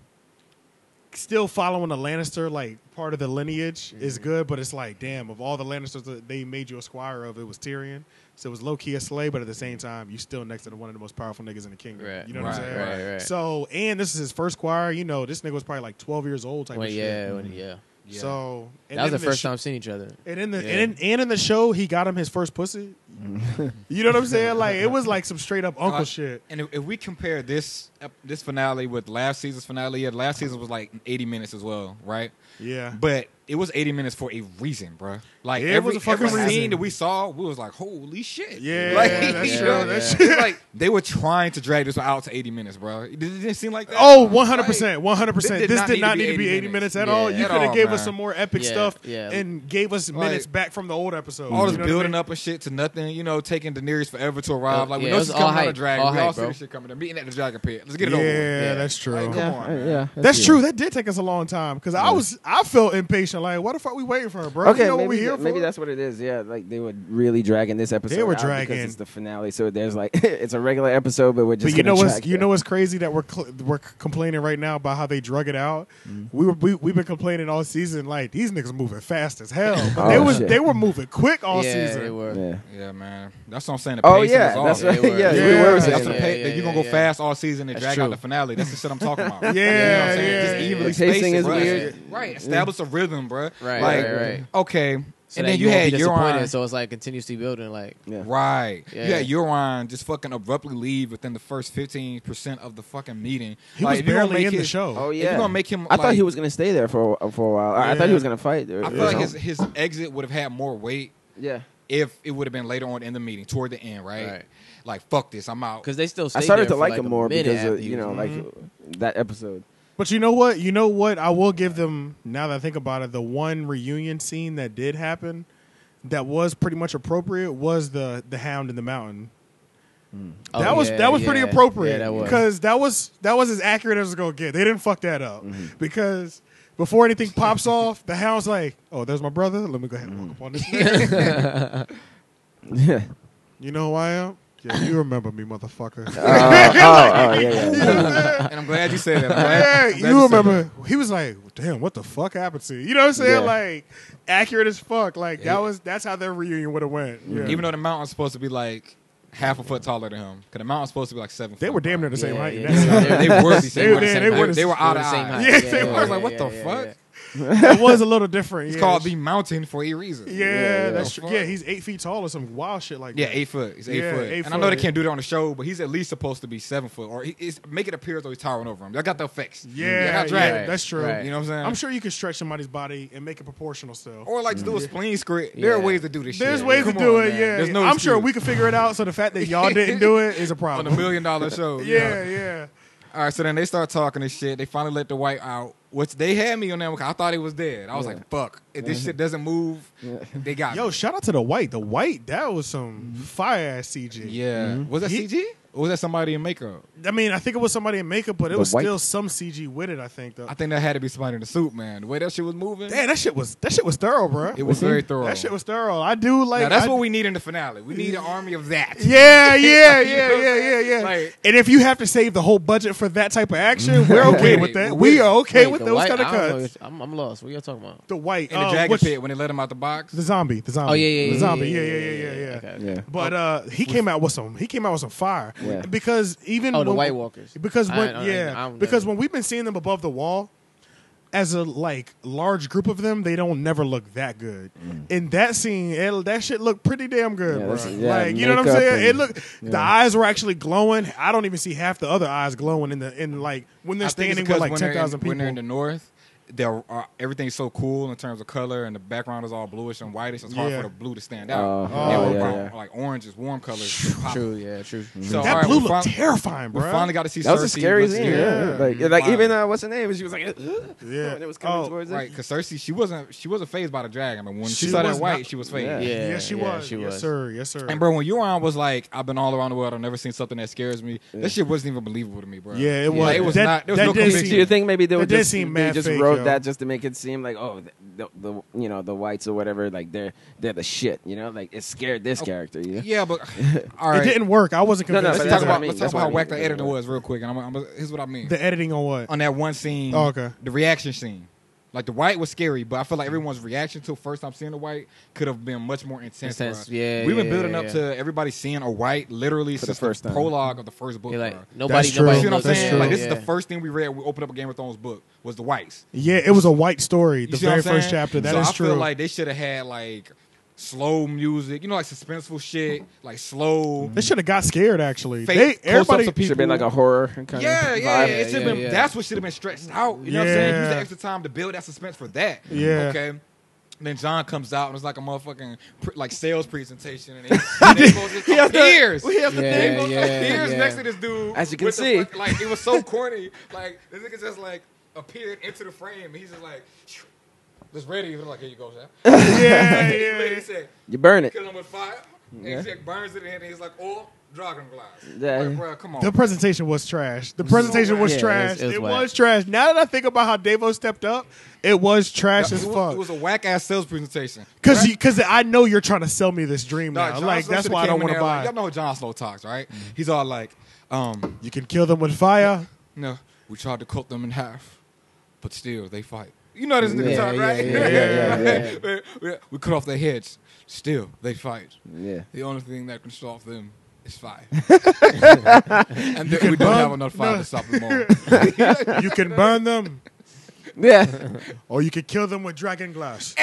Speaker 1: still following the Lannister like part of the lineage is
Speaker 3: Mm-hmm.
Speaker 1: good. But it's like, damn, of all the Lannisters that they made you a squire of, it was Tyrion. So it was low key a slave, but at the same time, you still next to the- one of the most powerful niggas in the kingdom.
Speaker 3: Right.
Speaker 1: You know what I'm
Speaker 4: Right,
Speaker 1: saying?
Speaker 3: right, right.
Speaker 1: So, and this is his first squire. You know, this nigga was probably like 12 years old type
Speaker 3: When,
Speaker 1: of shit.
Speaker 3: yeah, when, yeah.
Speaker 4: Yeah.
Speaker 1: So and
Speaker 3: That was
Speaker 1: then
Speaker 3: the first
Speaker 1: sh-
Speaker 3: time seeing each other.
Speaker 1: and in the
Speaker 3: Yeah.
Speaker 1: and, in, and in the show, he got him his first pussy. you know what I'm saying? Like it was like some straight up uncle
Speaker 4: Uh,
Speaker 1: shit.
Speaker 4: And if, if we compare this ep- this finale with last season's finale, yeah, last season was like 80 minutes as well, right?
Speaker 1: Yeah,
Speaker 4: But it was 80 minutes for a reason, bro. Like
Speaker 1: Yeah, it
Speaker 4: every,
Speaker 1: was a fucking
Speaker 4: every
Speaker 1: reason.
Speaker 4: scene that we saw, we was like, holy shit.
Speaker 1: Yeah,
Speaker 4: like,
Speaker 1: that's
Speaker 4: you
Speaker 1: true.
Speaker 4: know,
Speaker 1: That's
Speaker 4: it's like they were trying to drag this one out to 80 minutes, bro. It didn't, it didn't seem like that.
Speaker 1: oh, 100 percent, 100 percent.
Speaker 4: did
Speaker 1: This
Speaker 4: not
Speaker 1: did
Speaker 4: need
Speaker 1: not
Speaker 4: to be
Speaker 1: need to be
Speaker 4: 80
Speaker 1: 80 minutes,
Speaker 4: minutes.
Speaker 1: at
Speaker 3: Yeah,
Speaker 1: all. You
Speaker 4: at
Speaker 1: could have
Speaker 4: all,
Speaker 1: gave
Speaker 4: man.
Speaker 1: us some more epic
Speaker 3: Yeah,
Speaker 1: stuff
Speaker 3: yeah.
Speaker 1: and gave us minutes back from the old episode. You
Speaker 4: All this
Speaker 1: know what I
Speaker 4: building
Speaker 1: mean?
Speaker 4: up and shit to nothing. fucking, you know, taking Daenerys forever to arrive. Like, we
Speaker 3: Oh, yeah,
Speaker 4: know
Speaker 3: it
Speaker 4: she's
Speaker 3: was
Speaker 4: coming
Speaker 3: all
Speaker 4: out of
Speaker 3: hype.
Speaker 4: dragon.
Speaker 3: All
Speaker 4: we all
Speaker 3: hype,
Speaker 4: see
Speaker 3: bro.
Speaker 4: this shit coming. They're meeting at the dragon pit. Let's get it
Speaker 1: yeah,
Speaker 4: over with.
Speaker 3: Yeah.
Speaker 1: that's true.
Speaker 4: Like, come
Speaker 2: yeah,
Speaker 4: on, man.
Speaker 2: yeah,
Speaker 1: That's
Speaker 2: good.
Speaker 1: true. That did take us a long time because I was I felt impatient. Like, what the fuck we waiting for, bro?
Speaker 2: Okay,
Speaker 1: you know what we
Speaker 2: maybe,
Speaker 1: here
Speaker 2: th- maybe
Speaker 1: for?
Speaker 2: that's what it is. Yeah, like they were really dragging this episode.
Speaker 1: were
Speaker 2: out
Speaker 1: dragging.
Speaker 2: because it's the finale, so there's like it's a regular episode, but we're just
Speaker 1: But you know
Speaker 2: gonna
Speaker 1: what's
Speaker 2: drag
Speaker 1: you
Speaker 2: it.
Speaker 1: know what's crazy that we're cl- we're complaining right now about how they drug it out.
Speaker 2: Mm-hmm.
Speaker 1: We were we we have been complaining all season like these niggas moving fast as hell. But
Speaker 2: Oh,
Speaker 1: they was
Speaker 2: shit.
Speaker 1: they were moving quick all
Speaker 3: yeah,
Speaker 1: season.
Speaker 3: they were.
Speaker 2: Yeah.
Speaker 4: Yeah, man. That's what I'm saying. The
Speaker 2: Oh
Speaker 4: pace
Speaker 2: yeah,
Speaker 4: is off.
Speaker 2: that's
Speaker 3: Yeah,
Speaker 2: right.
Speaker 3: they
Speaker 2: Yeah,
Speaker 3: were.
Speaker 2: we
Speaker 1: Yeah.
Speaker 2: were
Speaker 1: That's
Speaker 2: saying
Speaker 4: That's
Speaker 2: that.
Speaker 4: the
Speaker 3: Yeah,
Speaker 4: pace.
Speaker 3: yeah,
Speaker 4: that you're gonna
Speaker 3: yeah,
Speaker 4: go
Speaker 3: yeah.
Speaker 4: fast all season and
Speaker 3: That's
Speaker 4: drag out
Speaker 3: true.
Speaker 4: the finale. That's the shit I'm talking
Speaker 1: Yeah,
Speaker 4: about. you know what I'm saying?
Speaker 1: yeah, yeah.
Speaker 4: Just evenly
Speaker 2: The pacing
Speaker 4: spaced it,
Speaker 2: is
Speaker 4: bruh.
Speaker 2: weird.
Speaker 4: Right, establish a rhythm, bruh.
Speaker 3: Right,
Speaker 4: like,
Speaker 3: right, right.
Speaker 4: Okay,
Speaker 3: So
Speaker 4: and
Speaker 3: that
Speaker 4: then
Speaker 3: you,
Speaker 4: you
Speaker 3: won't
Speaker 4: had
Speaker 3: be
Speaker 4: Euron.
Speaker 3: disappointed. So it's like continuously building. Like
Speaker 2: Yeah.
Speaker 4: Right.
Speaker 3: Yeah.
Speaker 4: Yeah, Euron just fucking abruptly leave within the first fifteen percent of the fucking meeting.
Speaker 1: He
Speaker 4: Like,
Speaker 1: was
Speaker 4: if you gonna
Speaker 1: barely
Speaker 4: make
Speaker 1: in the
Speaker 4: his-
Speaker 1: show.
Speaker 2: Oh
Speaker 4: if
Speaker 2: yeah.
Speaker 4: you're gonna make him,
Speaker 2: I thought
Speaker 4: like-
Speaker 2: he was gonna stay there for a- for a while. I, I thought
Speaker 1: Yeah.
Speaker 2: he was gonna fight.
Speaker 4: I feel like his his exit would have had more weight
Speaker 2: yeah.
Speaker 4: if it would have been later on in the meeting, toward the end, right?
Speaker 3: Right.
Speaker 4: Like fuck this, I'm out.
Speaker 3: because they still.
Speaker 2: I
Speaker 3: stayed
Speaker 2: started
Speaker 3: there
Speaker 2: to
Speaker 3: for
Speaker 2: like,
Speaker 3: like
Speaker 2: him
Speaker 3: a
Speaker 2: more
Speaker 3: minute
Speaker 2: because
Speaker 3: after
Speaker 2: of,
Speaker 3: he
Speaker 2: you know
Speaker 3: was-
Speaker 2: like that episode.
Speaker 1: But you know what? You know what? I will give them now that I think about it. The one reunion scene that did happen, that was pretty much appropriate, was the the Hound in the Mountain.
Speaker 3: Oh,
Speaker 1: that was
Speaker 3: yeah,
Speaker 1: that was pretty
Speaker 3: yeah.
Speaker 1: appropriate
Speaker 3: Yeah, that was.
Speaker 1: because that was that was as accurate as it's gonna get. They didn't fuck that up
Speaker 3: Mm-hmm.
Speaker 1: because before anything pops off, the Hound's like, "Oh, there's my brother. Let me go ahead and walk up on this."
Speaker 3: Mm-hmm.
Speaker 1: nigga.
Speaker 2: Yeah.
Speaker 1: you know who I am? Yeah, you remember me, motherfucker.
Speaker 3: Uh,
Speaker 2: oh, oh, yeah, yeah.
Speaker 1: You know what I'm saying?
Speaker 4: and I'm glad you said that. I'm glad-
Speaker 1: Yeah,
Speaker 4: I'm glad
Speaker 1: you
Speaker 4: said that.
Speaker 1: remember he was like, "Damn, what the fuck happened to you?" You know what I'm saying?
Speaker 2: Yeah.
Speaker 1: Like accurate as fuck. Like
Speaker 4: Yeah.
Speaker 1: that was that's how their reunion would have went.
Speaker 3: Mm-hmm.
Speaker 1: Yeah.
Speaker 4: Even though the mountain's supposed to be like half a foot taller than him, because the mountain's supposed to be like seven.
Speaker 1: they
Speaker 4: foot,
Speaker 1: were damn
Speaker 4: bro.
Speaker 1: near the same
Speaker 3: Yeah,
Speaker 1: height.
Speaker 3: yeah,
Speaker 1: That's how
Speaker 3: yeah. near-
Speaker 4: They were the
Speaker 3: They
Speaker 4: same.
Speaker 1: were-
Speaker 4: height.
Speaker 1: they
Speaker 4: They
Speaker 1: were the-
Speaker 4: were out
Speaker 3: they were
Speaker 4: of
Speaker 3: the same
Speaker 4: eye.
Speaker 3: height.
Speaker 1: Yeah, they
Speaker 4: I was
Speaker 1: were.
Speaker 4: like, what the fuck?
Speaker 1: it was a little different.
Speaker 4: It's
Speaker 1: yeah.
Speaker 4: called the mountain for a reason.
Speaker 1: Yeah,
Speaker 2: yeah.
Speaker 1: that's true.
Speaker 4: Fuck.
Speaker 1: Yeah, he's eight feet tall or some wild shit like
Speaker 4: Yeah,
Speaker 1: that.
Speaker 4: eight foot. He's eight
Speaker 1: Yeah,
Speaker 4: foot.
Speaker 1: eight
Speaker 4: and I know they
Speaker 1: foot.
Speaker 4: can't do that on the show, but he's at least supposed to be seven foot, or he, it's, make it appear as though he's towering over him. Y'all got the effects. Y'all
Speaker 1: Yeah,
Speaker 4: got
Speaker 1: yeah,
Speaker 4: dragon.
Speaker 1: that's true.
Speaker 3: Right.
Speaker 4: You know what I'm saying?
Speaker 1: I'm sure you can stretch somebody's body and make it proportional still.
Speaker 4: Or like just do a spleen script. There are
Speaker 3: Yeah.
Speaker 4: ways to do this. Oh, shit.
Speaker 1: There's ways
Speaker 4: Come
Speaker 1: to do
Speaker 4: on,
Speaker 1: it.
Speaker 4: man.
Speaker 1: Yeah,
Speaker 4: There's no
Speaker 1: I'm sure
Speaker 4: excuse.
Speaker 1: we could figure it out. So the fact that y'all didn't do it is a
Speaker 4: on
Speaker 1: problem.
Speaker 4: a million dollar show. you know?
Speaker 1: yeah, yeah.
Speaker 4: All right, so then they start talking this shit. They finally let the white out. Which they had me on that one 'cause I thought he was dead. I was
Speaker 2: Yeah.
Speaker 4: like, fuck. If this shit doesn't move, they got
Speaker 1: Yo,
Speaker 4: me.
Speaker 1: shout out to the white. The white that was some fire ass CG.
Speaker 4: Mm-hmm. yeah. Was that
Speaker 1: He-
Speaker 4: CG? Or was that somebody in makeup?
Speaker 1: I mean, I think it was somebody in makeup, but it
Speaker 2: The
Speaker 1: was
Speaker 2: white?
Speaker 1: still some CG with it. I think though.
Speaker 4: I think that had to be somebody in the suit, man. The way that shit was moving,
Speaker 1: Damn, that shit was that shit was thorough, bro.
Speaker 4: it was very thorough.
Speaker 1: That shit was thorough. I do like.
Speaker 4: now, that's
Speaker 1: I-
Speaker 4: what we need in the finale. We need an army of that.
Speaker 1: Yeah, yeah,
Speaker 4: You know
Speaker 1: yeah,
Speaker 4: what I'm
Speaker 1: yeah, yeah,
Speaker 4: saying?
Speaker 1: yeah.
Speaker 4: Like-
Speaker 1: and if you have to save the whole budget for that type of action, we're
Speaker 4: We're
Speaker 1: okay
Speaker 4: with
Speaker 1: with
Speaker 4: it.
Speaker 1: that.
Speaker 4: We're
Speaker 1: We
Speaker 4: with it.
Speaker 1: are okay
Speaker 3: Wait,
Speaker 1: with
Speaker 3: the
Speaker 1: those
Speaker 3: white-
Speaker 1: kind of
Speaker 3: I don't know
Speaker 1: cuts.
Speaker 3: what- I'm, I'm lost. What are y'all talking about?
Speaker 1: The white
Speaker 4: In the
Speaker 1: uh,
Speaker 4: dragon
Speaker 1: which-
Speaker 4: pit when they let him out the box.
Speaker 1: the zombie, the zombie.
Speaker 3: Oh yeah, yeah,
Speaker 1: the
Speaker 3: yeah,
Speaker 1: zombie.
Speaker 3: yeah,
Speaker 1: yeah, yeah, yeah, yeah.
Speaker 3: Okay, okay.
Speaker 2: Yeah.
Speaker 1: But uh, he came out with some. He came out with some fire
Speaker 2: Yeah.
Speaker 1: because even
Speaker 3: Oh, the
Speaker 1: when-
Speaker 3: White Walkers.
Speaker 1: Because
Speaker 3: I-
Speaker 1: when
Speaker 3: I- I-
Speaker 1: yeah,
Speaker 3: I don't
Speaker 1: because
Speaker 3: know.
Speaker 1: when we've been seeing them above the wall, as a like large group of them, they don't never look that good. In that scene, it, that shit looked pretty damn good,
Speaker 2: Mm. Yeah,
Speaker 1: bro.
Speaker 2: that's- yeah,
Speaker 1: like you know what I'm
Speaker 2: makeup
Speaker 1: saying? it
Speaker 2: and-
Speaker 1: looked the eyes were actually glowing. I don't even see half the other eyes glowing in the in like when they're
Speaker 4: I think it's
Speaker 1: standing
Speaker 4: because
Speaker 1: with like
Speaker 4: when they're
Speaker 1: ten
Speaker 4: in-
Speaker 1: thousand people.
Speaker 4: When they're in the north, they're, uh, everything's so cool in terms of color, and the background is all bluish and whitish. It's hard
Speaker 1: Yeah.
Speaker 4: for the blue to stand out.
Speaker 2: Oh,
Speaker 4: And
Speaker 1: oh,
Speaker 4: we're
Speaker 2: yeah,
Speaker 4: brown,
Speaker 2: yeah.
Speaker 4: Like orange is warm colors. pop.
Speaker 3: True. Yeah. True.
Speaker 4: So,
Speaker 1: that
Speaker 4: all right,
Speaker 1: blue
Speaker 4: we
Speaker 1: looked
Speaker 4: fin-
Speaker 1: terrifying,
Speaker 4: We
Speaker 1: bro.
Speaker 4: finally got to see.
Speaker 2: That was a
Speaker 4: Cersei
Speaker 2: scary
Speaker 4: look
Speaker 2: scene.
Speaker 4: scary.
Speaker 2: Yeah. Like, like
Speaker 4: Wow.
Speaker 2: even uh, what's her name? She was like, "Ugh,"
Speaker 1: Yeah.
Speaker 2: when it was coming
Speaker 1: Oh,
Speaker 2: towards us.
Speaker 4: Right, because Cersei, she wasn't, she wasn't phased by the dragon, but when she,
Speaker 1: She
Speaker 4: saw that
Speaker 1: was
Speaker 4: white,
Speaker 1: not-
Speaker 4: she was phased.
Speaker 2: Yeah.
Speaker 3: Yeah.
Speaker 1: yes, she
Speaker 3: yeah,
Speaker 1: was.
Speaker 3: She
Speaker 1: yes,
Speaker 3: was.
Speaker 1: sir. Yes, sir.
Speaker 4: And bro, when Euron was like, "I've been all around the world, I've never seen something that scares me," that shit wasn't even believable to me, bro.
Speaker 1: Yeah, it
Speaker 3: Yeah.
Speaker 1: was.
Speaker 3: It
Speaker 4: was
Speaker 1: that,
Speaker 4: not- there was
Speaker 1: that
Speaker 4: no
Speaker 1: did
Speaker 4: conviction.
Speaker 2: Do you think maybe they
Speaker 1: That
Speaker 2: were
Speaker 1: did
Speaker 2: just
Speaker 1: seem
Speaker 2: they
Speaker 1: mad
Speaker 2: just
Speaker 1: fake, yo.
Speaker 2: wrote that just to make it seem like oh the, the, the you know the whites or whatever like they're they're the shit you know like it scared this
Speaker 1: Oh,
Speaker 2: character you know?
Speaker 4: Yeah, but all
Speaker 1: It
Speaker 4: right.
Speaker 1: didn't work. I wasn't
Speaker 2: No, no,
Speaker 1: convinced.
Speaker 4: Let's
Speaker 2: But
Speaker 4: talk
Speaker 2: that's what I
Speaker 4: about
Speaker 2: mean.
Speaker 4: let's talk
Speaker 2: That's
Speaker 4: about
Speaker 2: what
Speaker 4: how
Speaker 2: I mean.
Speaker 4: whack the editor was real quick. And I'm, I'm, here's what I mean
Speaker 1: the editing on what?
Speaker 4: on that one scene.
Speaker 1: Oh, okay.
Speaker 4: The reaction scene, like the white was scary, but I feel like everyone's reaction to first time seeing the white could have been much more intense.
Speaker 3: Intense,
Speaker 4: bro.
Speaker 3: yeah,
Speaker 4: we've been
Speaker 3: yeah,
Speaker 4: building
Speaker 3: yeah,
Speaker 4: up
Speaker 3: yeah.
Speaker 4: to everybody seeing a white literally
Speaker 2: For the
Speaker 4: since
Speaker 2: first time.
Speaker 4: prologue of the first book.
Speaker 3: Yeah,
Speaker 4: bro.
Speaker 3: like nobody.
Speaker 1: That's
Speaker 3: nobody
Speaker 1: true.
Speaker 4: You know what I'm
Speaker 1: That's
Speaker 4: saying?
Speaker 1: true.
Speaker 4: Like this is
Speaker 3: Yeah.
Speaker 4: the first thing we read. when We opened up a Game of Thrones book was the whites.
Speaker 1: Yeah, it was a white story.
Speaker 4: You
Speaker 1: The
Speaker 4: see what
Speaker 1: very
Speaker 4: I'm saying?
Speaker 1: first chapter. That is
Speaker 4: so I
Speaker 1: true.
Speaker 4: feel like they should have had like slow music, you know, like suspenseful shit, like slow.
Speaker 1: they should have got scared. Actually,
Speaker 4: Fake
Speaker 1: they
Speaker 4: close-ups
Speaker 1: everybody.
Speaker 4: of
Speaker 2: should have been like a horror kind
Speaker 4: Yeah,
Speaker 2: of
Speaker 4: yeah,
Speaker 2: vibe.
Speaker 4: yeah. It should have
Speaker 3: yeah,
Speaker 4: been.
Speaker 3: yeah.
Speaker 4: That's what should have been stretched out. You know what I'm saying? Use
Speaker 1: Yeah.
Speaker 4: the extra time to build that suspense for that.
Speaker 1: Yeah.
Speaker 4: Okay. And then John comes out and it's like a motherfucking pre- like sales presentation, and they- and they supposed to-
Speaker 2: has the-
Speaker 4: tears.
Speaker 2: he has the
Speaker 4: They
Speaker 3: thing.
Speaker 4: supposed to-
Speaker 3: Yeah, yeah,
Speaker 4: tears
Speaker 3: yeah.
Speaker 4: next to this dude.
Speaker 2: As you can
Speaker 4: with the
Speaker 2: see.
Speaker 4: fuck- like it was so corny. Like this nigga just like appeared into the frame, and he's just like, just ready. He was like, here you go, Zach.
Speaker 1: yeah, yeah,
Speaker 4: He
Speaker 1: yeah.
Speaker 4: said,
Speaker 2: You burn it.
Speaker 4: kill him with fire.
Speaker 2: Yeah.
Speaker 4: And Jack burns it in, and he's like, "Oh, dragon glass."
Speaker 2: Yeah.
Speaker 4: Like, bro, come on.
Speaker 1: The presentation was trash. The presentation was
Speaker 3: whack. Yeah, it
Speaker 1: trash.
Speaker 3: was-
Speaker 1: It,
Speaker 3: it was
Speaker 1: was,
Speaker 3: whack.
Speaker 1: trash. Now that I think about how Devo stepped up, it was trash
Speaker 4: it,
Speaker 1: as
Speaker 4: was,
Speaker 1: fuck.
Speaker 4: it was a whack ass sales presentation.
Speaker 1: Because because I know you're trying to sell me this dream
Speaker 4: Nah,
Speaker 1: now.
Speaker 4: Jon
Speaker 1: Like
Speaker 4: Snow
Speaker 1: that's
Speaker 4: should've
Speaker 1: why I
Speaker 4: came
Speaker 1: don't
Speaker 4: in
Speaker 1: want to
Speaker 4: there
Speaker 1: buy.
Speaker 4: Like, Y'all know how Jon Snow talks, right?
Speaker 2: Mm-hmm.
Speaker 4: He's all like, um,
Speaker 1: you can kill them with fire.
Speaker 4: "No, we tried to cut them in half, but still they fight." You know this nigga
Speaker 2: Yeah,
Speaker 4: talk,
Speaker 3: yeah,
Speaker 4: right?
Speaker 3: yeah,
Speaker 2: yeah,
Speaker 4: we cut off their heads, still they fight.
Speaker 2: Yeah.
Speaker 4: The only thing that can stop them is fire. and then we don't
Speaker 1: burn-
Speaker 4: have enough fire
Speaker 1: no.
Speaker 4: to stop them all.
Speaker 1: you can burn them,
Speaker 2: Yeah.
Speaker 1: or you can kill them with dragon glass.
Speaker 4: I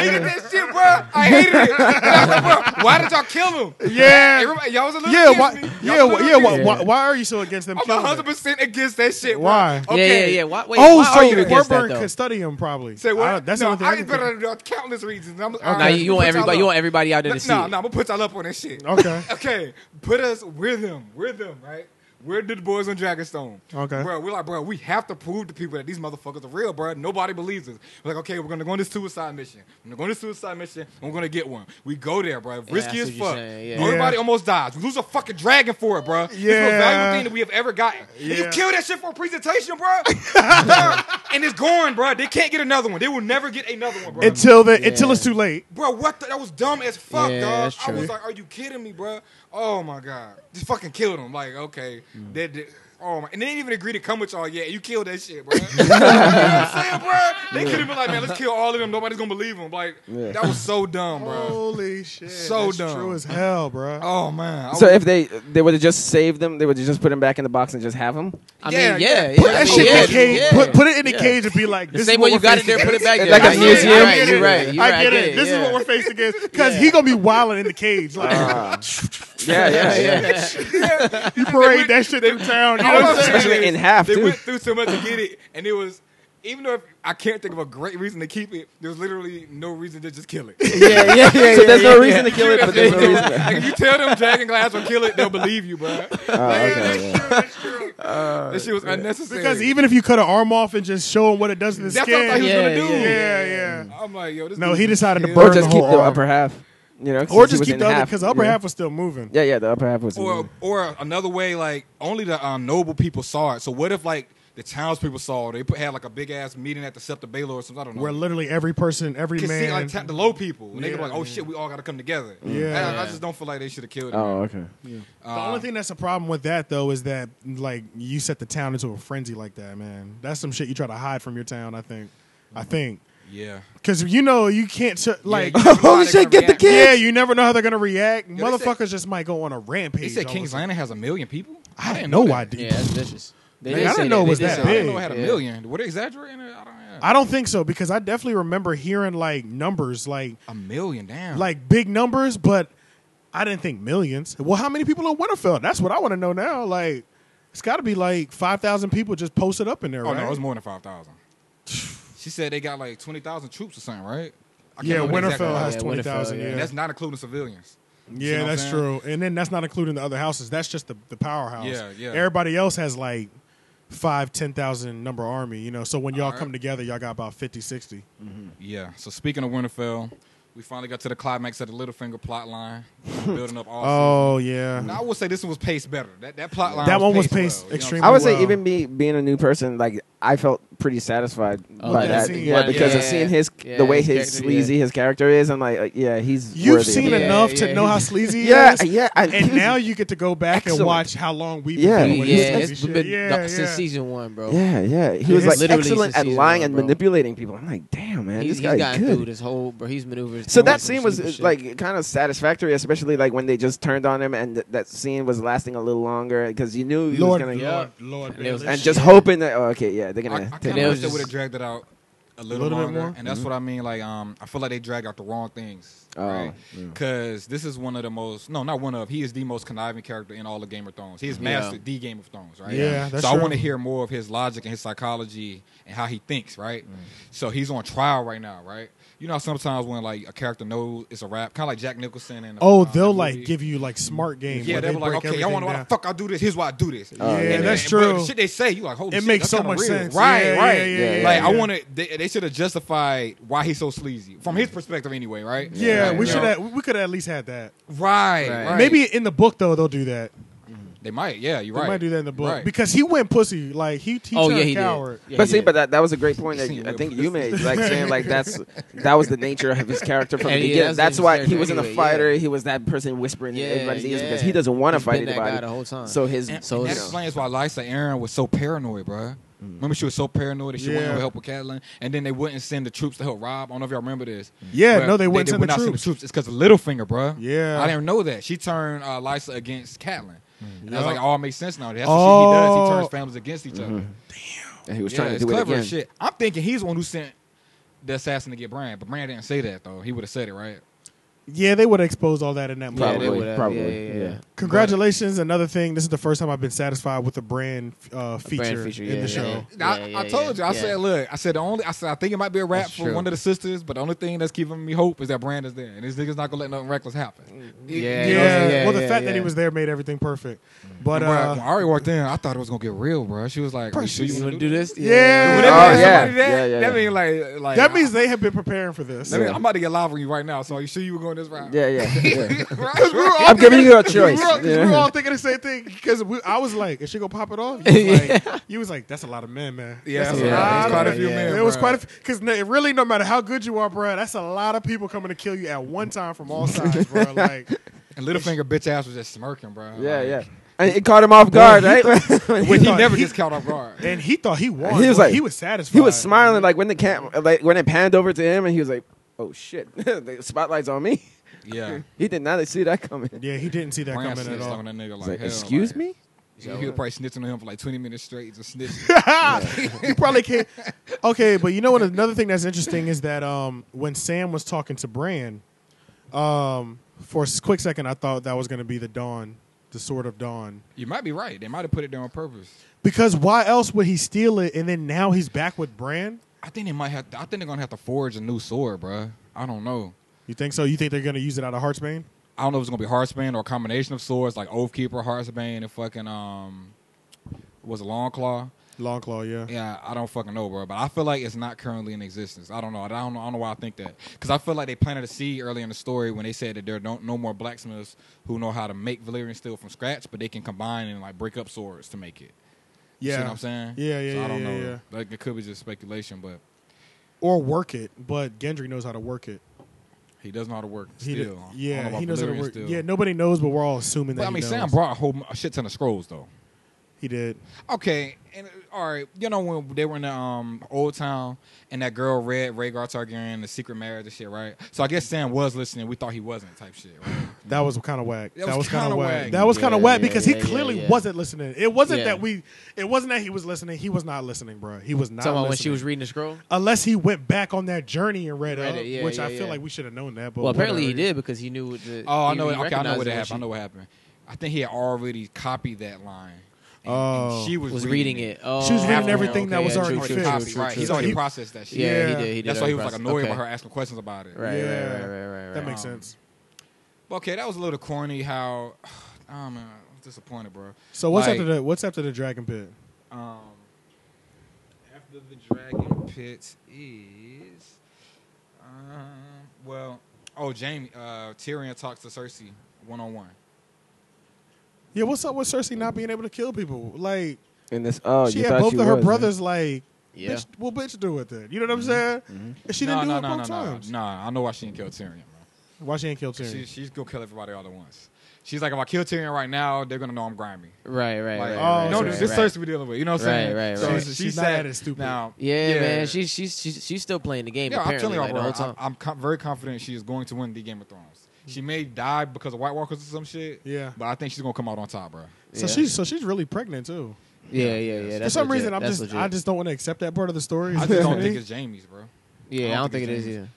Speaker 4: hated that shit, bro. I hated it. And I was like, bro, why did y'all kill him?
Speaker 1: yeah,
Speaker 4: Everybody, y'all was a little
Speaker 1: yeah,
Speaker 4: against
Speaker 1: why,
Speaker 4: me. Y'all
Speaker 1: yeah,
Speaker 4: was
Speaker 1: why,
Speaker 4: a little
Speaker 1: yeah. Why,
Speaker 4: against
Speaker 1: why, why are you so against them?
Speaker 4: me. I'm
Speaker 1: killing them?
Speaker 4: 100 percent against that shit. Bro.
Speaker 1: Why?
Speaker 3: Yeah, yeah, yeah. Why, wait,
Speaker 1: oh,
Speaker 3: why
Speaker 1: so
Speaker 3: are you against that
Speaker 1: Warburton
Speaker 3: though?
Speaker 1: could study him probably.
Speaker 4: Say what?
Speaker 1: I don't- that's
Speaker 4: no,
Speaker 1: the only
Speaker 4: I
Speaker 1: thing.
Speaker 4: ain't
Speaker 1: I can
Speaker 4: better than countless reasons. I'm, okay.
Speaker 3: Now you, you want everybody. You want everybody out there to see.
Speaker 4: Nah,
Speaker 3: it.
Speaker 4: nah, I'm gonna put y'all up on that shit.
Speaker 1: think. okay.
Speaker 4: Okay, put us with them. With them, right? We're the boys on Dragonstone.
Speaker 1: Okay.
Speaker 4: Bro, we're like, bro, we have to prove to people that these motherfuckers are real, bro. Nobody believes us. We're like, okay, we're gonna go on this suicide mission. We're gonna go on this suicide mission, and we're gonna get one. We go there, bro.
Speaker 3: Yeah,
Speaker 4: Risky
Speaker 3: I see
Speaker 4: as
Speaker 3: what you're
Speaker 4: fuck.
Speaker 3: saying, yeah.
Speaker 4: Nobody
Speaker 1: Yeah.
Speaker 4: almost dies. We lose a fucking dragon for it, bro. It's the most
Speaker 1: Yeah.
Speaker 4: valuable thing that we have ever gotten. And you
Speaker 1: Yeah.
Speaker 4: kill that shit for a presentation, bro. Bro, and it's gone, bro. They can't get another one. They will never get another one, bro.
Speaker 1: Until the
Speaker 3: Yeah.
Speaker 1: until it's too late.
Speaker 4: Bro, what the, that was dumb as fuck,
Speaker 3: Yeah,
Speaker 4: dog.
Speaker 3: that's true.
Speaker 4: I was like, are you kidding me, bro? Oh my god, just fucking killed him. Like, okay, that. that- Oh my, and they didn't even agree to come with y'all yet. You killed that shit, bro. you know what I'm saying, bro? They could have been like, man, let's kill all of them. Nobody's gonna believe them. Like,
Speaker 2: Yeah.
Speaker 4: that was so dumb, bro.
Speaker 1: Holy shit!
Speaker 4: So
Speaker 1: that's
Speaker 4: dumb.
Speaker 1: True as hell, bro.
Speaker 4: Oh man. I
Speaker 2: So
Speaker 4: was-
Speaker 2: if they they would have just saved them, they would have just put them back in the box and just have them.
Speaker 3: I mean, yeah,
Speaker 4: Yeah,
Speaker 3: yeah,
Speaker 4: yeah.
Speaker 1: put that shit
Speaker 3: yeah,
Speaker 1: in the cage.
Speaker 3: yeah.
Speaker 1: Put, put it in the
Speaker 3: Yeah.
Speaker 1: cage and be like,
Speaker 3: The
Speaker 1: this
Speaker 3: same
Speaker 1: is what
Speaker 3: way you
Speaker 1: we're
Speaker 3: got it
Speaker 1: facing.
Speaker 3: there, put it back there.
Speaker 2: Like a
Speaker 3: Right, you're
Speaker 2: museum?
Speaker 3: right, You're right. You're right.
Speaker 1: I get it.
Speaker 3: yeah,
Speaker 1: This
Speaker 3: yeah.
Speaker 1: is what we're faced against because he gonna be wilding in the cage. Like
Speaker 2: Yeah, yeah, yeah.
Speaker 1: you parade that shit through town. You know
Speaker 4: All
Speaker 1: what I'm
Speaker 4: I'm
Speaker 1: saying?
Speaker 4: saying
Speaker 2: Especially in
Speaker 4: is
Speaker 2: half,
Speaker 4: They
Speaker 2: too.
Speaker 4: went through so much to get it, and it was even though if, I can't think of a great reason to keep it, there's literally no reason to just kill it.
Speaker 2: yeah, yeah, yeah. So there's no reason to kill it, but there's no reason. To...
Speaker 4: like if you tell them Dragon Glass will kill it, they'll believe you, bro.
Speaker 2: okay, yeah.
Speaker 4: that shit was unnecessary.
Speaker 1: Because even if you cut an arm off and just show him what it does to the
Speaker 4: that's what I thought
Speaker 1: skin,
Speaker 4: he was
Speaker 1: yeah,
Speaker 3: Yeah,
Speaker 4: gonna do.
Speaker 1: yeah. yeah.
Speaker 4: I'm like, yo, this
Speaker 1: No,
Speaker 4: dude
Speaker 1: he decided to
Speaker 4: is-
Speaker 1: burn
Speaker 2: Or just
Speaker 1: the
Speaker 2: keep
Speaker 1: whole
Speaker 2: the
Speaker 1: arm.
Speaker 2: upper half. You know, since
Speaker 1: Or
Speaker 2: he
Speaker 1: just
Speaker 2: was
Speaker 1: keep
Speaker 2: in
Speaker 1: the other
Speaker 2: half,
Speaker 1: because the upper
Speaker 2: yeah.
Speaker 1: half was still moving.
Speaker 2: Yeah, yeah, the upper half was.
Speaker 4: Or, or another way, like only the um, noble people saw it. So what if like the townspeople saw it? They put, had like a big ass meeting at the Scepter Baylor or something. I don't know.
Speaker 1: Where literally every person, every
Speaker 4: You can see like
Speaker 1: man,
Speaker 4: ta- the low people. And they
Speaker 1: Yeah.
Speaker 4: were like, oh shit, we all got to come together.
Speaker 1: Yeah.
Speaker 4: I, I just don't feel like they should have killed him. Uh,
Speaker 2: oh, okay.
Speaker 1: The only thing that's a problem with that though is that like you set the town into a frenzy like that, man. That's some shit you try to hide from your town. I think, I think,
Speaker 4: Yeah.
Speaker 1: because you know you can't t- like.
Speaker 4: Mm-hmm.
Speaker 1: Yeah,
Speaker 4: Yeah, you know how
Speaker 2: Holy
Speaker 4: they
Speaker 2: shit,
Speaker 4: gonna
Speaker 2: get the
Speaker 4: react.
Speaker 2: kid.
Speaker 1: you never know how they're gonna react.
Speaker 4: they
Speaker 1: Motherfuckers just might go on a rampage.
Speaker 4: They said
Speaker 1: all of a
Speaker 4: King's
Speaker 1: sudden.
Speaker 4: Landing has a million people.
Speaker 1: I didn't know
Speaker 4: that.
Speaker 1: I
Speaker 3: Yeah,
Speaker 1: did.
Speaker 3: that's vicious. They
Speaker 1: Man,
Speaker 3: did
Speaker 1: I
Speaker 3: say
Speaker 1: didn't know it
Speaker 3: They
Speaker 1: Oh, was
Speaker 3: did
Speaker 1: that
Speaker 3: say
Speaker 4: I didn't
Speaker 1: big.
Speaker 4: know it had a
Speaker 3: Yeah.
Speaker 4: million. Were they exaggerating it? I don't know.
Speaker 1: I don't think so because I definitely remember hearing like numbers, like
Speaker 4: A million, damn.
Speaker 1: like big numbers, but I didn't think millions. Well, how many people in Winterfell? That's what I want to know now. Like, it's got to be like five thousand people just posted up in there,
Speaker 4: oh
Speaker 1: right?
Speaker 4: no, it's more than five thousand. she said they got like twenty thousand troops or something, right? I can't
Speaker 1: yeah,
Speaker 4: remember
Speaker 1: Winterfell
Speaker 4: the exact number.
Speaker 1: has
Speaker 3: Yeah,
Speaker 1: twenty thousand.
Speaker 3: Winterfell, yeah.
Speaker 1: Yeah,
Speaker 4: And that's not including civilians. You see
Speaker 1: yeah,
Speaker 4: what I'm
Speaker 1: that's
Speaker 4: saying?
Speaker 1: true. And then that's not including the other houses. That's just the the powerhouse.
Speaker 4: Yeah, yeah.
Speaker 1: Everybody else has like five, ten thousand number army. You know, so when y'all all
Speaker 4: Alright.
Speaker 1: come together, y'all got about 50, 60.
Speaker 4: Yeah. So speaking of Winterfell, we finally got to the climax of the Littlefinger plot line, building up all.
Speaker 1: Oh
Speaker 4: season.
Speaker 1: yeah,
Speaker 4: Now, I would say this one was paced better. That that plot line.
Speaker 1: That one was paced
Speaker 4: well, you know what I'm
Speaker 1: extremely
Speaker 4: saying?
Speaker 2: I would
Speaker 1: Well-
Speaker 2: say even me being a new person, like I felt pretty satisfied
Speaker 3: Oh,
Speaker 2: by
Speaker 1: yeah,
Speaker 2: that.
Speaker 1: seeing-
Speaker 2: Yeah, because of
Speaker 3: yeah,
Speaker 2: seeing his
Speaker 3: yeah,
Speaker 2: the way
Speaker 3: his
Speaker 2: his
Speaker 3: character, yeah.
Speaker 2: sleazy his character is, I'm like, like, yeah, he's
Speaker 1: you've
Speaker 2: worthy of
Speaker 1: seen
Speaker 2: it.
Speaker 3: Yeah,
Speaker 1: enough
Speaker 3: yeah,
Speaker 1: to know
Speaker 3: he-
Speaker 1: how sleazy he
Speaker 2: Yeah,
Speaker 1: is.
Speaker 2: yeah,
Speaker 1: and
Speaker 2: he-
Speaker 1: now you get to go back
Speaker 2: excellent.
Speaker 1: and watch how long we've
Speaker 2: Yeah.
Speaker 1: been
Speaker 3: Yeah,
Speaker 1: doing this
Speaker 3: it's
Speaker 1: crazy shit.
Speaker 3: been
Speaker 1: yeah,
Speaker 3: the- since
Speaker 1: yeah.
Speaker 3: season one, bro.
Speaker 2: Yeah, yeah, he was
Speaker 1: He's
Speaker 2: like
Speaker 3: literally
Speaker 2: excellent
Speaker 3: since
Speaker 2: at
Speaker 3: season
Speaker 2: lying
Speaker 3: one,
Speaker 2: and
Speaker 3: bro.
Speaker 2: manipulating people. I'm like, damn man,
Speaker 3: He's,
Speaker 2: this
Speaker 3: he's
Speaker 2: guy's
Speaker 3: gotten
Speaker 2: good.
Speaker 3: through this whole, bro. He's maneuvers.
Speaker 2: So
Speaker 3: through
Speaker 2: that
Speaker 3: some
Speaker 2: scene was
Speaker 3: super
Speaker 2: uh,
Speaker 3: shit.
Speaker 2: like kind of satisfactory, especially like when they just turned on him, and th- that scene was lasting a little longer because you knew he
Speaker 1: Lord,
Speaker 2: was gonna,
Speaker 1: Lord,
Speaker 3: Yeah.
Speaker 1: Lord,
Speaker 3: And it was-
Speaker 1: Baelish.
Speaker 2: and just hoping that oh, okay, yeah, they're
Speaker 4: I,
Speaker 2: gonna.
Speaker 4: I
Speaker 2: take
Speaker 4: kind
Speaker 3: it
Speaker 2: him.
Speaker 4: of
Speaker 3: was
Speaker 4: wish they would have
Speaker 3: just-
Speaker 4: dragged it out a little,
Speaker 1: Little bit
Speaker 4: longer,
Speaker 1: more? Mm-hmm.
Speaker 4: and that's what I mean. Like, um, I feel like they drag out the wrong things,
Speaker 2: Oh,
Speaker 4: right?
Speaker 2: yeah.
Speaker 4: Because this is one of the most, no, not one of. He is the most conniving character in all of Game of Thrones. He has
Speaker 3: Yeah.
Speaker 4: mastered the Game of Thrones, right?
Speaker 1: Yeah, that's
Speaker 4: so I
Speaker 1: true.
Speaker 4: want to hear more of his logic and his psychology and how he thinks, right?
Speaker 1: Mm.
Speaker 4: So he's on trial right now, right? You know, how sometimes when like a character knows it's a rap, kind of like Jack Nicholson and
Speaker 1: Oh,
Speaker 4: uh, that
Speaker 1: they'll like
Speaker 4: movie.
Speaker 1: give you like smart games.
Speaker 4: Yeah,
Speaker 1: where
Speaker 4: they
Speaker 1: they
Speaker 4: were like,
Speaker 1: break
Speaker 4: okay, I
Speaker 1: everything
Speaker 4: want to why the
Speaker 1: down.
Speaker 4: fuck I do this. Here's why I do this.
Speaker 2: Oh,
Speaker 1: Yeah,
Speaker 2: yeah.
Speaker 1: that's
Speaker 4: but the
Speaker 1: true.
Speaker 4: shit they say, you like, holy
Speaker 1: It
Speaker 4: shit,
Speaker 1: makes
Speaker 4: that's
Speaker 1: so
Speaker 4: kinda
Speaker 1: much
Speaker 4: real.
Speaker 1: sense.
Speaker 4: Right,
Speaker 1: Yeah,
Speaker 4: right.
Speaker 1: yeah, yeah,
Speaker 2: yeah,
Speaker 4: like
Speaker 1: yeah.
Speaker 4: I want to. They, they should have justified why he's so sleazy from his perspective anyway, right?
Speaker 1: Yeah,
Speaker 4: Like,
Speaker 1: we
Speaker 4: you
Speaker 1: should.
Speaker 4: know,
Speaker 1: Have, we could at least had that.
Speaker 4: Right,
Speaker 3: Right.
Speaker 4: right.
Speaker 1: Maybe in the book though they'll do that.
Speaker 4: they might. Yeah, you're
Speaker 1: They
Speaker 4: right.
Speaker 1: might do that in the book
Speaker 4: Right.
Speaker 1: because he went pussy. Like he, he
Speaker 3: Oh
Speaker 1: turned
Speaker 3: yeah, he
Speaker 1: coward.
Speaker 3: did. Yeah,
Speaker 2: but
Speaker 3: he
Speaker 2: see,
Speaker 3: did.
Speaker 2: but that, that was a great point that
Speaker 4: Seen
Speaker 2: you- I
Speaker 4: Will
Speaker 2: think
Speaker 4: Smith.
Speaker 2: you made, like saying like that's that was the nature of his character from
Speaker 3: And
Speaker 2: the
Speaker 3: yeah,
Speaker 2: beginning.
Speaker 3: that's
Speaker 2: that's
Speaker 3: his
Speaker 2: why he
Speaker 3: character
Speaker 2: wasn't
Speaker 3: anyway,
Speaker 2: a
Speaker 3: yeah.
Speaker 2: fighter. He was that person whispering in everybody's ears because he doesn't want to
Speaker 3: He's
Speaker 2: fight
Speaker 3: been that guy
Speaker 2: anybody.
Speaker 3: the whole time.
Speaker 2: So his
Speaker 4: And,
Speaker 3: So
Speaker 4: and that
Speaker 3: it's-
Speaker 4: explains why Lysa Aaron was so paranoid, bro. Remember, she was so paranoid that she
Speaker 1: Mm. Yeah.
Speaker 4: wouldn't go help with Catelyn, and then they wouldn't send the troops to help Rob. I don't know if y'all remember this.
Speaker 1: Yeah,
Speaker 4: But
Speaker 1: no, they wouldn't send
Speaker 4: would
Speaker 1: the
Speaker 4: not send the
Speaker 1: troops.
Speaker 4: troops. It's because of Littlefinger, bro.
Speaker 1: Yeah.
Speaker 4: I didn't know that. She turned uh, Lysa against Catelyn. And I was
Speaker 1: Mm. Yup.
Speaker 4: like, oh, it makes sense now. That's what she, he does.
Speaker 1: Oh.
Speaker 4: He turns families against each other.
Speaker 2: and he was
Speaker 4: Yeah,
Speaker 2: trying to
Speaker 4: it's
Speaker 2: do it
Speaker 4: clever
Speaker 2: again.
Speaker 4: as shit. I'm thinking he's the one who sent the assassin to get Bran, but Bran didn't say that though. He would have said it, right?
Speaker 1: Yeah, they would have exposed all that in that movie.
Speaker 3: Yeah, they
Speaker 2: Probably,
Speaker 3: would've-
Speaker 2: probably,
Speaker 3: yeah, yeah, yeah.
Speaker 2: yeah.
Speaker 1: Congratulations! Another thing. This is the first time I've been satisfied with a brand uh, feature,
Speaker 3: feature,
Speaker 1: in
Speaker 3: yeah,
Speaker 1: the
Speaker 3: yeah,
Speaker 1: show.
Speaker 3: yeah.
Speaker 4: I, I
Speaker 3: yeah,
Speaker 4: told
Speaker 3: yeah,
Speaker 4: you. I
Speaker 3: yeah.
Speaker 4: said, look, I said the only, I said I think it might be a wrap
Speaker 3: That's
Speaker 4: for
Speaker 3: true.
Speaker 4: one of the sisters, but the only thing that's keeping me hope is that Brand is there, and this nigga's not gonna let nothing reckless happen.
Speaker 3: Yeah,
Speaker 1: Yeah.
Speaker 3: yeah,
Speaker 1: well, the
Speaker 3: yeah,
Speaker 1: fact that he
Speaker 3: yeah.
Speaker 1: was there made everything perfect. But
Speaker 4: But
Speaker 1: uh,
Speaker 4: when Ari walked in, I thought it was gonna get real, bro. She was like, "Are you sure you
Speaker 3: You
Speaker 4: want
Speaker 3: want
Speaker 4: to
Speaker 3: to do this?
Speaker 1: Yeah.
Speaker 4: That,
Speaker 1: Oh,
Speaker 4: means
Speaker 1: yeah.
Speaker 4: somebody that,
Speaker 2: Yeah, yeah,
Speaker 4: that
Speaker 2: yeah.
Speaker 4: means like, like
Speaker 1: that means they have been preparing for this.
Speaker 4: that means I'm about to get live on you right now. So are you sure you were going this route?
Speaker 2: Yeah, yeah. yeah.
Speaker 4: Because we're all
Speaker 2: I'm giving you a choice.
Speaker 1: We were, all- 'cause we
Speaker 2: Yeah.
Speaker 1: were all thinking the same thing because I was like, "Is she gonna pop it off?" You was, like, you was like, "That's a lot of men, man."
Speaker 4: Yeah,
Speaker 1: that's
Speaker 4: yeah,
Speaker 1: a lot
Speaker 4: it's quite
Speaker 1: of
Speaker 4: a few
Speaker 1: men.
Speaker 4: men,
Speaker 1: It was
Speaker 4: bruh.
Speaker 1: quite a because really, no matter how good you are, bro, that's a lot of people coming to kill you at one time from all sides, bro. Like,
Speaker 4: And Littlefinger bitch ass was just smirking, bro.
Speaker 2: Yeah,
Speaker 4: Like,
Speaker 2: yeah. And it caught him off guard, right?
Speaker 4: When he
Speaker 1: thought
Speaker 4: never
Speaker 1: he-
Speaker 4: gets caught off guard.
Speaker 1: and he thought he won.
Speaker 2: He was
Speaker 1: bro.
Speaker 2: like-
Speaker 1: he was satisfied.
Speaker 2: he was smiling like when the cam, like when it panned over to him, and he was like, "Oh shit, the spotlight's on me."
Speaker 4: Yeah.
Speaker 2: He did not see that coming.
Speaker 1: Yeah, he didn't see that
Speaker 4: Bran
Speaker 1: coming at
Speaker 4: snitched
Speaker 1: all.
Speaker 4: on that nigga
Speaker 2: He's
Speaker 4: like,
Speaker 2: like,
Speaker 4: hell,
Speaker 2: "Excuse
Speaker 4: like,
Speaker 2: me."
Speaker 4: Yeah, he was probably snitching on him for like 20 minutes straight. Just snitching.
Speaker 1: you probably can't. Okay, but you know what? Another thing that's interesting is that um, when Sam was talking to Bran, um, for a s- quick second, I thought that was going to be the Dawn, the Sword of Dawn.
Speaker 4: You might be right. They might have put it there on purpose.
Speaker 1: Because why else would he steal it? And then now he's back with Bran.
Speaker 4: I think they might have. I think they're gonna have to forge a new sword, bruh. I don't know.
Speaker 1: You think so? You think they're going to use it out of Heartsbane?
Speaker 4: I don't know if it's gonna be Heartsbane or a combination of swords like Oathkeeper, Heartsbane, and fucking um, was it Longclaw?
Speaker 1: Longclaw, yeah.
Speaker 4: Yeah, I don't fucking know, bro. But I feel like it's not currently in existence. I don't know. I don't know, I don't know why I think that. Because I feel like they planted a seed early in the story when they said that there are no, no more blacksmiths who know how to make Valyrian steel from scratch, but they can combine and like break up swords to make it. You
Speaker 1: yeah.
Speaker 4: see what I'm saying?
Speaker 1: Yeah, yeah,
Speaker 4: So
Speaker 1: yeah,
Speaker 4: I don't
Speaker 1: yeah,
Speaker 4: know.
Speaker 1: yeah.
Speaker 4: Like it could be just speculation, but
Speaker 1: Or work it, but Gendry knows how to work it.
Speaker 4: he does know how to work
Speaker 1: He
Speaker 4: steel.
Speaker 1: d-
Speaker 4: I don't
Speaker 1: yeah,
Speaker 4: about
Speaker 1: he knows how to
Speaker 4: Valyrian
Speaker 1: work.
Speaker 4: steel.
Speaker 1: Yeah, nobody knows, but we're all assuming
Speaker 4: But
Speaker 1: that.
Speaker 4: I
Speaker 1: he
Speaker 4: mean, Sam
Speaker 1: knows.
Speaker 4: brought a whole m- a shit ton of scrolls though.
Speaker 1: He did.
Speaker 4: Okay, and uh, all right, you know when they were in the um, old town and that girl read Rhaegar Targaryen the secret marriage and shit, right? So I guess Sam was listening. We thought he wasn't type shit, right?
Speaker 1: That was kind of whack.
Speaker 4: That
Speaker 1: That was,
Speaker 4: was
Speaker 1: kind
Speaker 4: kinda
Speaker 1: of whack.
Speaker 4: whack.
Speaker 1: That was kind of
Speaker 3: Yeah,
Speaker 1: whack
Speaker 3: yeah,
Speaker 1: because
Speaker 3: yeah,
Speaker 1: he
Speaker 3: yeah,
Speaker 1: clearly
Speaker 3: yeah.
Speaker 1: wasn't listening. It wasn't
Speaker 3: Yeah.
Speaker 1: that we. It wasn't that he was listening. He was not listening, bro. He was not.
Speaker 3: Talking about
Speaker 1: listening.
Speaker 3: when she was reading the scroll.
Speaker 1: Unless he went back on that journey and read,
Speaker 3: Read
Speaker 1: up,
Speaker 3: it, yeah,
Speaker 1: which
Speaker 3: yeah,
Speaker 1: I feel
Speaker 3: yeah.
Speaker 1: like we should have known that. But
Speaker 3: Well, apparently he
Speaker 1: whatever.
Speaker 3: did because he knew what the.
Speaker 4: Oh, I
Speaker 3: he-
Speaker 4: know.
Speaker 3: he
Speaker 4: It. Okay, I know
Speaker 3: recognized
Speaker 4: what
Speaker 3: it when
Speaker 4: happened.
Speaker 3: she
Speaker 4: I know what happened. I think he had already copied that line. And,
Speaker 1: Oh.
Speaker 4: and she was,
Speaker 3: Was reading it. Oh,
Speaker 1: She was reading
Speaker 4: After-
Speaker 1: everything that
Speaker 3: okay,
Speaker 1: was
Speaker 3: yeah,
Speaker 1: already
Speaker 3: true, true,
Speaker 1: fixed.
Speaker 3: true,
Speaker 4: copied,
Speaker 3: true,
Speaker 4: right?
Speaker 3: true,
Speaker 4: He's
Speaker 3: true.
Speaker 4: already
Speaker 1: He-
Speaker 4: processed that shit.
Speaker 3: Yeah,
Speaker 1: Yeah.
Speaker 3: he did. He did.
Speaker 4: That's why he was like
Speaker 3: already
Speaker 4: annoyed
Speaker 3: process-
Speaker 4: about her
Speaker 3: okay.
Speaker 4: asking questions about it.
Speaker 3: Right,
Speaker 1: Yeah.
Speaker 3: right, right, right, right,
Speaker 1: That
Speaker 3: right.
Speaker 1: makes
Speaker 4: Um,
Speaker 1: sense.
Speaker 4: But okay, that was a little corny. How, oh man, I was disappointed, bro.
Speaker 1: So what's
Speaker 4: like-
Speaker 1: after the what's after the dragon pit?
Speaker 4: Um, after the dragon pit is, um, well, oh, Jamie, uh, Tyrion talks to Cersei one on one.
Speaker 1: Yeah, what's up with Cersei not being able to kill people? Like
Speaker 2: And this, oh,
Speaker 1: she
Speaker 2: you
Speaker 1: had
Speaker 2: thought
Speaker 1: both
Speaker 2: you
Speaker 1: of her
Speaker 2: was,
Speaker 1: brothers. Like,
Speaker 3: Yeah. Mm-hmm.
Speaker 1: bitch, well, bitch, do it then. You know what I'm saying? And she didn't
Speaker 4: no,
Speaker 1: do
Speaker 4: no,
Speaker 1: it
Speaker 4: no,
Speaker 1: both
Speaker 4: no,
Speaker 1: times.
Speaker 4: No, no, I know why she didn't kill Tyrion, bro.
Speaker 1: Why she ain't killed
Speaker 4: She,
Speaker 1: Tyrion?
Speaker 4: she's gonna kill everybody all at once. She's like, if I kill Tyrion right now, they're gonna know I'm grimy.
Speaker 3: Right, right,
Speaker 4: Like,
Speaker 3: right.
Speaker 1: oh,
Speaker 3: right,
Speaker 4: no,
Speaker 1: right,
Speaker 4: this, this
Speaker 3: right.
Speaker 4: Cersei we're dealing with. You know what I'm
Speaker 3: Right,
Speaker 4: saying?
Speaker 3: right,
Speaker 4: So
Speaker 3: right.
Speaker 1: She's-
Speaker 4: she
Speaker 1: she's not
Speaker 4: said-
Speaker 1: at it stupid.
Speaker 4: Now,
Speaker 3: Yeah, man, she's she's she's she's still playing the game.
Speaker 4: Yeah, I'm
Speaker 3: apparently,
Speaker 4: telling y'all,
Speaker 3: like,
Speaker 4: bro.
Speaker 3: the whole time.
Speaker 4: I, am com- very confident she is going to win the Game of Thrones. She may die because of White Walkers or some shit.
Speaker 1: Yeah.
Speaker 4: but I think she's gonna come out on top, bro.
Speaker 1: so
Speaker 3: yeah.
Speaker 1: she's so she's really pregnant too.
Speaker 3: yeah, yeah, yeah.
Speaker 1: For
Speaker 3: that's
Speaker 1: some
Speaker 3: legit,
Speaker 1: reason, I'm
Speaker 3: that's
Speaker 1: just I
Speaker 3: legit.
Speaker 1: just don't want to accept that part of the story.
Speaker 4: I just don't think it's Jamie's, bro.
Speaker 3: yeah, I don't think it is
Speaker 4: James.
Speaker 3: either.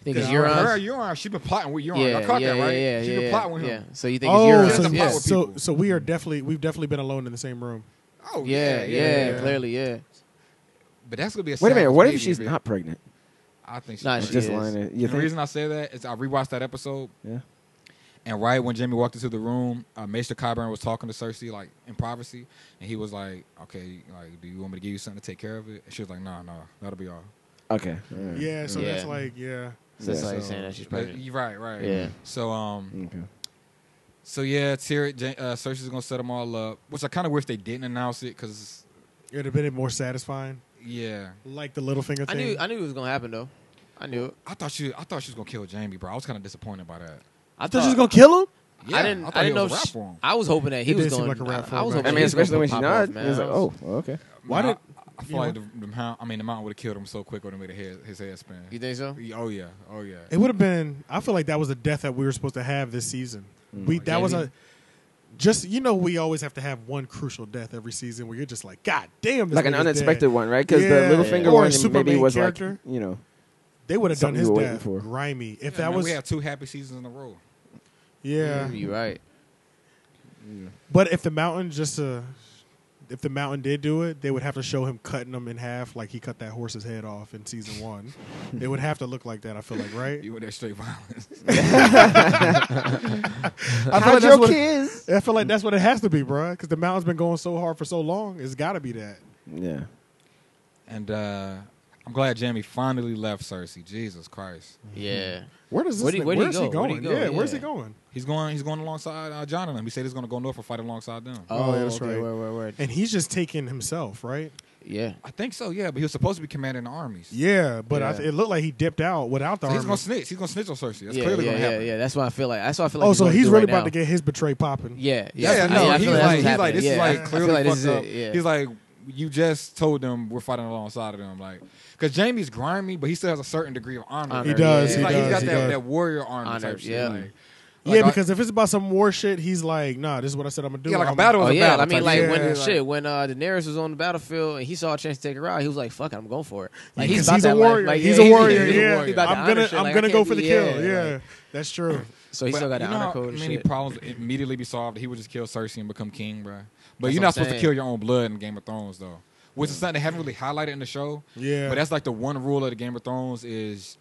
Speaker 3: I think it's
Speaker 4: Her
Speaker 3: Euron's.
Speaker 4: and Euron, she been plotting with Euron.
Speaker 3: Yeah,
Speaker 4: I caught
Speaker 3: yeah,
Speaker 4: that right.
Speaker 3: yeah, yeah,
Speaker 4: she
Speaker 3: yeah,
Speaker 4: been
Speaker 3: yeah.
Speaker 4: plotting with him.
Speaker 3: Yeah, so you think
Speaker 1: Oh,
Speaker 3: it's
Speaker 1: so,
Speaker 3: Euron's?
Speaker 4: That's the
Speaker 1: yeah,
Speaker 4: part
Speaker 3: yes.
Speaker 4: with
Speaker 1: so
Speaker 4: people.
Speaker 1: so we are definitely we've definitely been alone in the same room.
Speaker 4: Oh
Speaker 3: Yeah, yeah,
Speaker 1: yeah.
Speaker 3: clearly, yeah.
Speaker 4: But that's gonna be a.
Speaker 2: Wait a
Speaker 4: sad
Speaker 2: minute, what if
Speaker 4: baby,
Speaker 2: she's
Speaker 4: bro.
Speaker 2: not pregnant?
Speaker 4: I think she's
Speaker 3: Nah,
Speaker 2: She's
Speaker 3: she
Speaker 4: pregnant.
Speaker 2: just
Speaker 3: is.
Speaker 2: lying. to-
Speaker 4: And
Speaker 2: You
Speaker 4: The
Speaker 2: think?
Speaker 4: reason I say that is I rewatched that episode,
Speaker 2: Yeah.
Speaker 4: and right when Jamie walked into the room, uh, Maester Kyburn was talking to Cersei like in privacy, and he was like, "Okay, like, do you want me to give you something to take care of it?" And she was like, "No, nah, no, nah, that'll be all."
Speaker 2: Okay.
Speaker 1: Yeah, so that's
Speaker 3: Yeah.
Speaker 1: like yeah.
Speaker 3: So it's
Speaker 2: Yeah,
Speaker 3: like
Speaker 1: so-
Speaker 3: saying that she's
Speaker 4: But
Speaker 3: pregnant.
Speaker 4: you're right, right.
Speaker 3: Yeah.
Speaker 4: So um,
Speaker 1: Mm.
Speaker 2: Okay.
Speaker 4: So yeah, Tyrion, Jan- uh, Cersei's gonna set them all up, which I kind of wish they didn't announce it because
Speaker 1: It'd have been more satisfying,
Speaker 4: yeah,
Speaker 1: like the Littlefinger thing.
Speaker 3: I knew I knew it was gonna happen though. I knew it.
Speaker 4: I thought she, I thought she was gonna kill Jamie, bro. I was kind of disappointed by that.
Speaker 3: I
Speaker 1: thought she was
Speaker 3: thought-
Speaker 1: gonna kill him.
Speaker 4: Yeah,
Speaker 3: I didn't.
Speaker 4: I
Speaker 3: I,
Speaker 4: thought
Speaker 3: didn't
Speaker 4: it
Speaker 3: know.
Speaker 4: was a rap
Speaker 3: she-
Speaker 4: for 'em.
Speaker 3: I was hoping that he
Speaker 1: It
Speaker 3: was
Speaker 1: did seem
Speaker 3: going.
Speaker 1: like a rap for
Speaker 3: I, I was
Speaker 1: him,
Speaker 3: hoping.
Speaker 2: I mean,
Speaker 3: he was gonna
Speaker 2: especially when she
Speaker 3: pop
Speaker 2: not,
Speaker 3: off, man.
Speaker 2: it's like,
Speaker 3: I was-
Speaker 2: oh, okay.
Speaker 1: Why
Speaker 4: Nah,
Speaker 1: did-
Speaker 4: I, I
Speaker 1: you
Speaker 4: feel like
Speaker 1: know-
Speaker 4: the, the mountain, I mean, the mountain would have killed him so quick, or have made his head, his head spin.
Speaker 3: You think so?
Speaker 4: Oh yeah, oh yeah.
Speaker 1: It would have been. I feel like that was the death that we were supposed to have this season.
Speaker 3: Mm.
Speaker 1: We that was a.
Speaker 4: Maybe.
Speaker 1: Just you know, we always have to have one crucial death every season where you're just like, God damn, this
Speaker 2: Like an
Speaker 1: nigga's dead."
Speaker 2: unexpected one, right? Because
Speaker 1: Yeah.
Speaker 2: the little finger
Speaker 1: Or a
Speaker 2: one
Speaker 1: super
Speaker 2: maybe
Speaker 1: main
Speaker 2: was
Speaker 1: character.
Speaker 2: like, you know,
Speaker 1: They would have done
Speaker 2: something
Speaker 1: his
Speaker 2: you were waiting
Speaker 1: death
Speaker 2: for.
Speaker 1: grimy. If
Speaker 4: Yeah,
Speaker 1: that
Speaker 4: man,
Speaker 1: was
Speaker 4: we had two happy seasons in a row.
Speaker 1: yeah,
Speaker 3: You right.
Speaker 1: but if the mountain just uh, if the mountain did do it, they would have to show him cutting them in half like he cut that horse's head off in season one. it would have to look like that. I feel like right.
Speaker 4: You were there straight violence.
Speaker 1: I feel like that's what. It,
Speaker 2: kids.
Speaker 1: I feel like that's what it has to be, bro. Because the mountain's been going so hard for so long, it's got to be that.
Speaker 2: Yeah.
Speaker 4: and uh, I'm glad Jamie finally left Cersei. Jesus Christ,
Speaker 3: Yeah.
Speaker 1: Where does this?
Speaker 3: Where'd he-
Speaker 1: nigga-
Speaker 3: where'd he
Speaker 1: where's he
Speaker 3: go? Where'd
Speaker 1: going?
Speaker 3: he go?
Speaker 1: Yeah, where's he
Speaker 3: Yeah.
Speaker 1: going?
Speaker 4: he's going, he's going alongside uh, John and him. He said he's gonna go north and fight alongside them.
Speaker 1: Oh, yeah, that's
Speaker 3: okay,
Speaker 1: right.
Speaker 3: Word, word, word.
Speaker 1: And he's just taking himself, right?
Speaker 3: yeah.
Speaker 4: I think so, yeah. But he was supposed to be commanding the armies.
Speaker 1: Yeah, but I
Speaker 3: Yeah.
Speaker 1: it looked like he dipped out without the
Speaker 4: So he's
Speaker 1: army.
Speaker 4: gonna snitch. He's gonna snitch on Cersei. That's
Speaker 3: yeah,
Speaker 4: clearly
Speaker 3: yeah,
Speaker 4: gonna
Speaker 3: yeah,
Speaker 4: happen.
Speaker 3: yeah. That's what I feel like. That's what I feel like.
Speaker 1: oh, so
Speaker 3: gonna
Speaker 1: he's
Speaker 3: do
Speaker 1: really
Speaker 3: right
Speaker 1: about
Speaker 3: now.
Speaker 1: to get his betray popping.
Speaker 3: Yeah,
Speaker 4: Yeah,
Speaker 3: yeah. I-
Speaker 4: no,
Speaker 3: yeah, I
Speaker 4: he's
Speaker 3: feel that's
Speaker 4: like,
Speaker 3: what's
Speaker 4: he's like,
Speaker 3: happening.
Speaker 4: this
Speaker 3: yeah.
Speaker 4: is
Speaker 3: I
Speaker 4: like
Speaker 3: feel
Speaker 4: clearly
Speaker 3: like this
Speaker 4: fucked
Speaker 3: is
Speaker 4: up.
Speaker 3: it. Yeah.
Speaker 4: He's like, you just told them we're fighting alongside of them, like, because Jamie's grimy, but he still has a certain degree of honor.
Speaker 3: Honor,
Speaker 1: He does.
Speaker 4: He's
Speaker 1: He
Speaker 4: like,
Speaker 1: does.
Speaker 4: he's got
Speaker 1: he
Speaker 4: that,
Speaker 1: does.
Speaker 4: that warrior armor
Speaker 3: Honor,
Speaker 4: type shit.
Speaker 3: yeah.
Speaker 4: like-
Speaker 1: yeah,
Speaker 4: like,
Speaker 1: because if it's about some war shit, he's like, nah, this is what I said I'm gonna do.
Speaker 4: Yeah, like a
Speaker 1: I'm-
Speaker 4: battle.
Speaker 3: Oh
Speaker 4: was
Speaker 3: yeah,
Speaker 4: about
Speaker 3: I mean,
Speaker 4: to
Speaker 3: like
Speaker 1: touch-
Speaker 3: when
Speaker 1: Yeah.
Speaker 3: shit, when uh, Daenerys was on the battlefield and he saw a chance to take her out, he was like, "Fuck, it, I'm going for it." Like
Speaker 1: Because
Speaker 3: about
Speaker 1: he's a
Speaker 3: that life.
Speaker 1: warrior.
Speaker 3: Like,
Speaker 1: he's
Speaker 3: yeah,
Speaker 1: a warrior.
Speaker 3: he's a
Speaker 1: Yeah,
Speaker 3: warrior. About the
Speaker 1: I'm
Speaker 3: honor
Speaker 1: gonna,
Speaker 3: shit,
Speaker 1: I'm
Speaker 3: like, I
Speaker 1: gonna
Speaker 3: can't
Speaker 1: go for
Speaker 3: be-
Speaker 1: the kill.
Speaker 3: like-
Speaker 1: Yeah, that's true.
Speaker 3: so he
Speaker 4: but
Speaker 3: still got the
Speaker 4: you know
Speaker 3: honor
Speaker 4: how
Speaker 3: code and
Speaker 4: many
Speaker 3: shit.
Speaker 4: problems immediately be solved. He would just kill Cersei and become king, bro. But
Speaker 3: That's
Speaker 4: you're
Speaker 3: what I'm
Speaker 4: not supposed to
Speaker 3: saying.
Speaker 4: kill your own blood in Game of Thrones, though. Which is something they haven't really highlighted in the show.
Speaker 1: Yeah.
Speaker 4: But that's like the one rule of the Game of Thrones is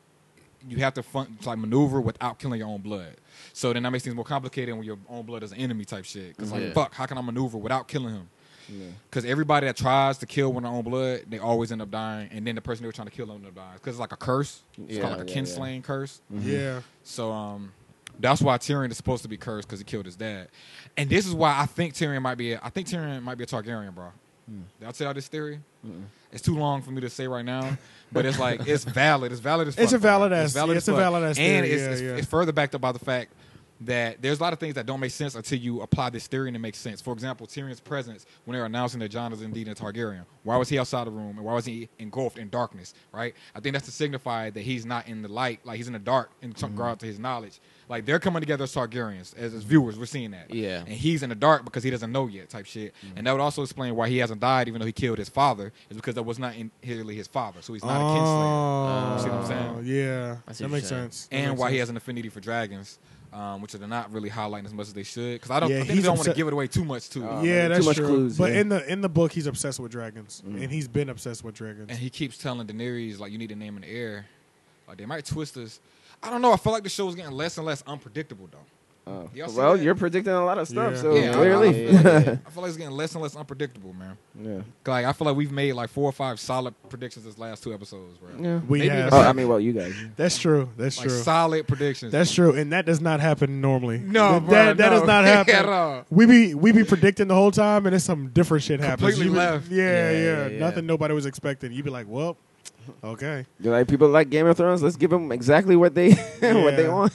Speaker 4: you have to fun, like maneuver without killing your own blood. So then that makes things more complicated when your own blood is an enemy type shit. Because like,
Speaker 3: Yeah.
Speaker 4: fuck, how can I maneuver without killing him? Because everybody that tries to kill with their own blood, they always end up dying, and then the person they were trying to kill end up dying. Because it's like a curse. It's
Speaker 3: Yeah,
Speaker 4: called like a
Speaker 2: yeah, yeah.
Speaker 4: kinslaying curse.
Speaker 1: Yeah,
Speaker 4: So um, that's why Tyrion is supposed to be cursed because he killed his dad, and this is why I think Tyrion might be. A, I think Tyrion might be a Targaryen, bro.
Speaker 1: Hmm.
Speaker 4: Did I tell you this theory? It's too long for me to say right now, but it's like it's valid. It's valid as fuck.
Speaker 1: It's a
Speaker 4: bro.
Speaker 1: valid ass- yeah, it's a
Speaker 4: fuck.
Speaker 1: valid ass
Speaker 4: and
Speaker 1: theory,
Speaker 4: it's,
Speaker 1: yeah,
Speaker 4: it's,
Speaker 1: yeah.
Speaker 4: it's further backed up by the fact that there's a lot of things that don't make sense until you apply this theory and it makes sense. For example, Tyrion's presence when they're announcing that John is indeed a Targaryen. Why was he outside the room and why was he engulfed in darkness? Right? I think that's to signify that he's not in the light, like he's in the dark in some
Speaker 1: Mm-hmm.
Speaker 4: regard to his knowledge. Like they're coming together as Targaryens, as, as viewers, we're seeing that.
Speaker 3: Yeah.
Speaker 4: And he's in the dark because he doesn't know yet, type shit.
Speaker 1: Mm-hmm.
Speaker 4: And that would also explain why he hasn't died, even though he killed his father, is because that was not in, really his father. So he's not a kinslayer
Speaker 1: oh,
Speaker 4: You see what I'm saying?
Speaker 1: Yeah,
Speaker 3: I
Speaker 1: that
Speaker 3: see what you're
Speaker 1: makes
Speaker 3: saying.
Speaker 1: sense. That
Speaker 4: and
Speaker 1: makes
Speaker 4: why he
Speaker 1: sense.
Speaker 4: has an affinity for dragons, um, which they're not really highlighting as much as they should. Because I don't,
Speaker 1: Yeah,
Speaker 4: I think
Speaker 1: he's
Speaker 4: they don't want
Speaker 1: upset-
Speaker 4: to give it away too much too.
Speaker 2: Uh,
Speaker 1: yeah,
Speaker 2: too
Speaker 1: that's
Speaker 2: much
Speaker 1: true.
Speaker 2: clues,
Speaker 1: but
Speaker 2: yeah.
Speaker 1: in the in the book, he's obsessed with dragons, and he's been obsessed with dragons.
Speaker 4: and he keeps telling Daenerys like, "You need to name an heir." Like they might twist us. I don't know. I feel like the show is getting less and less unpredictable though.
Speaker 2: Oh.
Speaker 4: Y'all see
Speaker 2: Well,
Speaker 4: that?
Speaker 2: you're predicting a lot of stuff,
Speaker 1: Yeah.
Speaker 2: so
Speaker 4: Yeah, I-
Speaker 2: clearly.
Speaker 3: Yeah, yeah, yeah.
Speaker 4: I feel like it's getting less and less unpredictable, man.
Speaker 2: Yeah.
Speaker 4: 'Cause, Like I feel like we've made like four or five solid predictions this last two episodes, bro.
Speaker 2: Yeah.
Speaker 1: we
Speaker 4: Maybe
Speaker 1: have.
Speaker 2: Oh, I mean, well, you guys.
Speaker 1: that's true. That's
Speaker 4: Like
Speaker 1: true.
Speaker 4: solid predictions.
Speaker 1: That's true, and that does not happen normally.
Speaker 4: No,
Speaker 1: Th-
Speaker 4: bro,
Speaker 1: that that
Speaker 4: no.
Speaker 1: does not happen
Speaker 4: At all.
Speaker 1: We be we be predicting the whole time, and it's some different shit happens.
Speaker 4: Completely
Speaker 1: You be-
Speaker 4: left.
Speaker 1: Yeah yeah,
Speaker 3: Yeah, yeah, yeah.
Speaker 1: nothing nobody was expecting. You be like, well, okay.
Speaker 2: You like people like Game of Thrones? Let's give them exactly what they what they
Speaker 1: Yeah.
Speaker 2: want.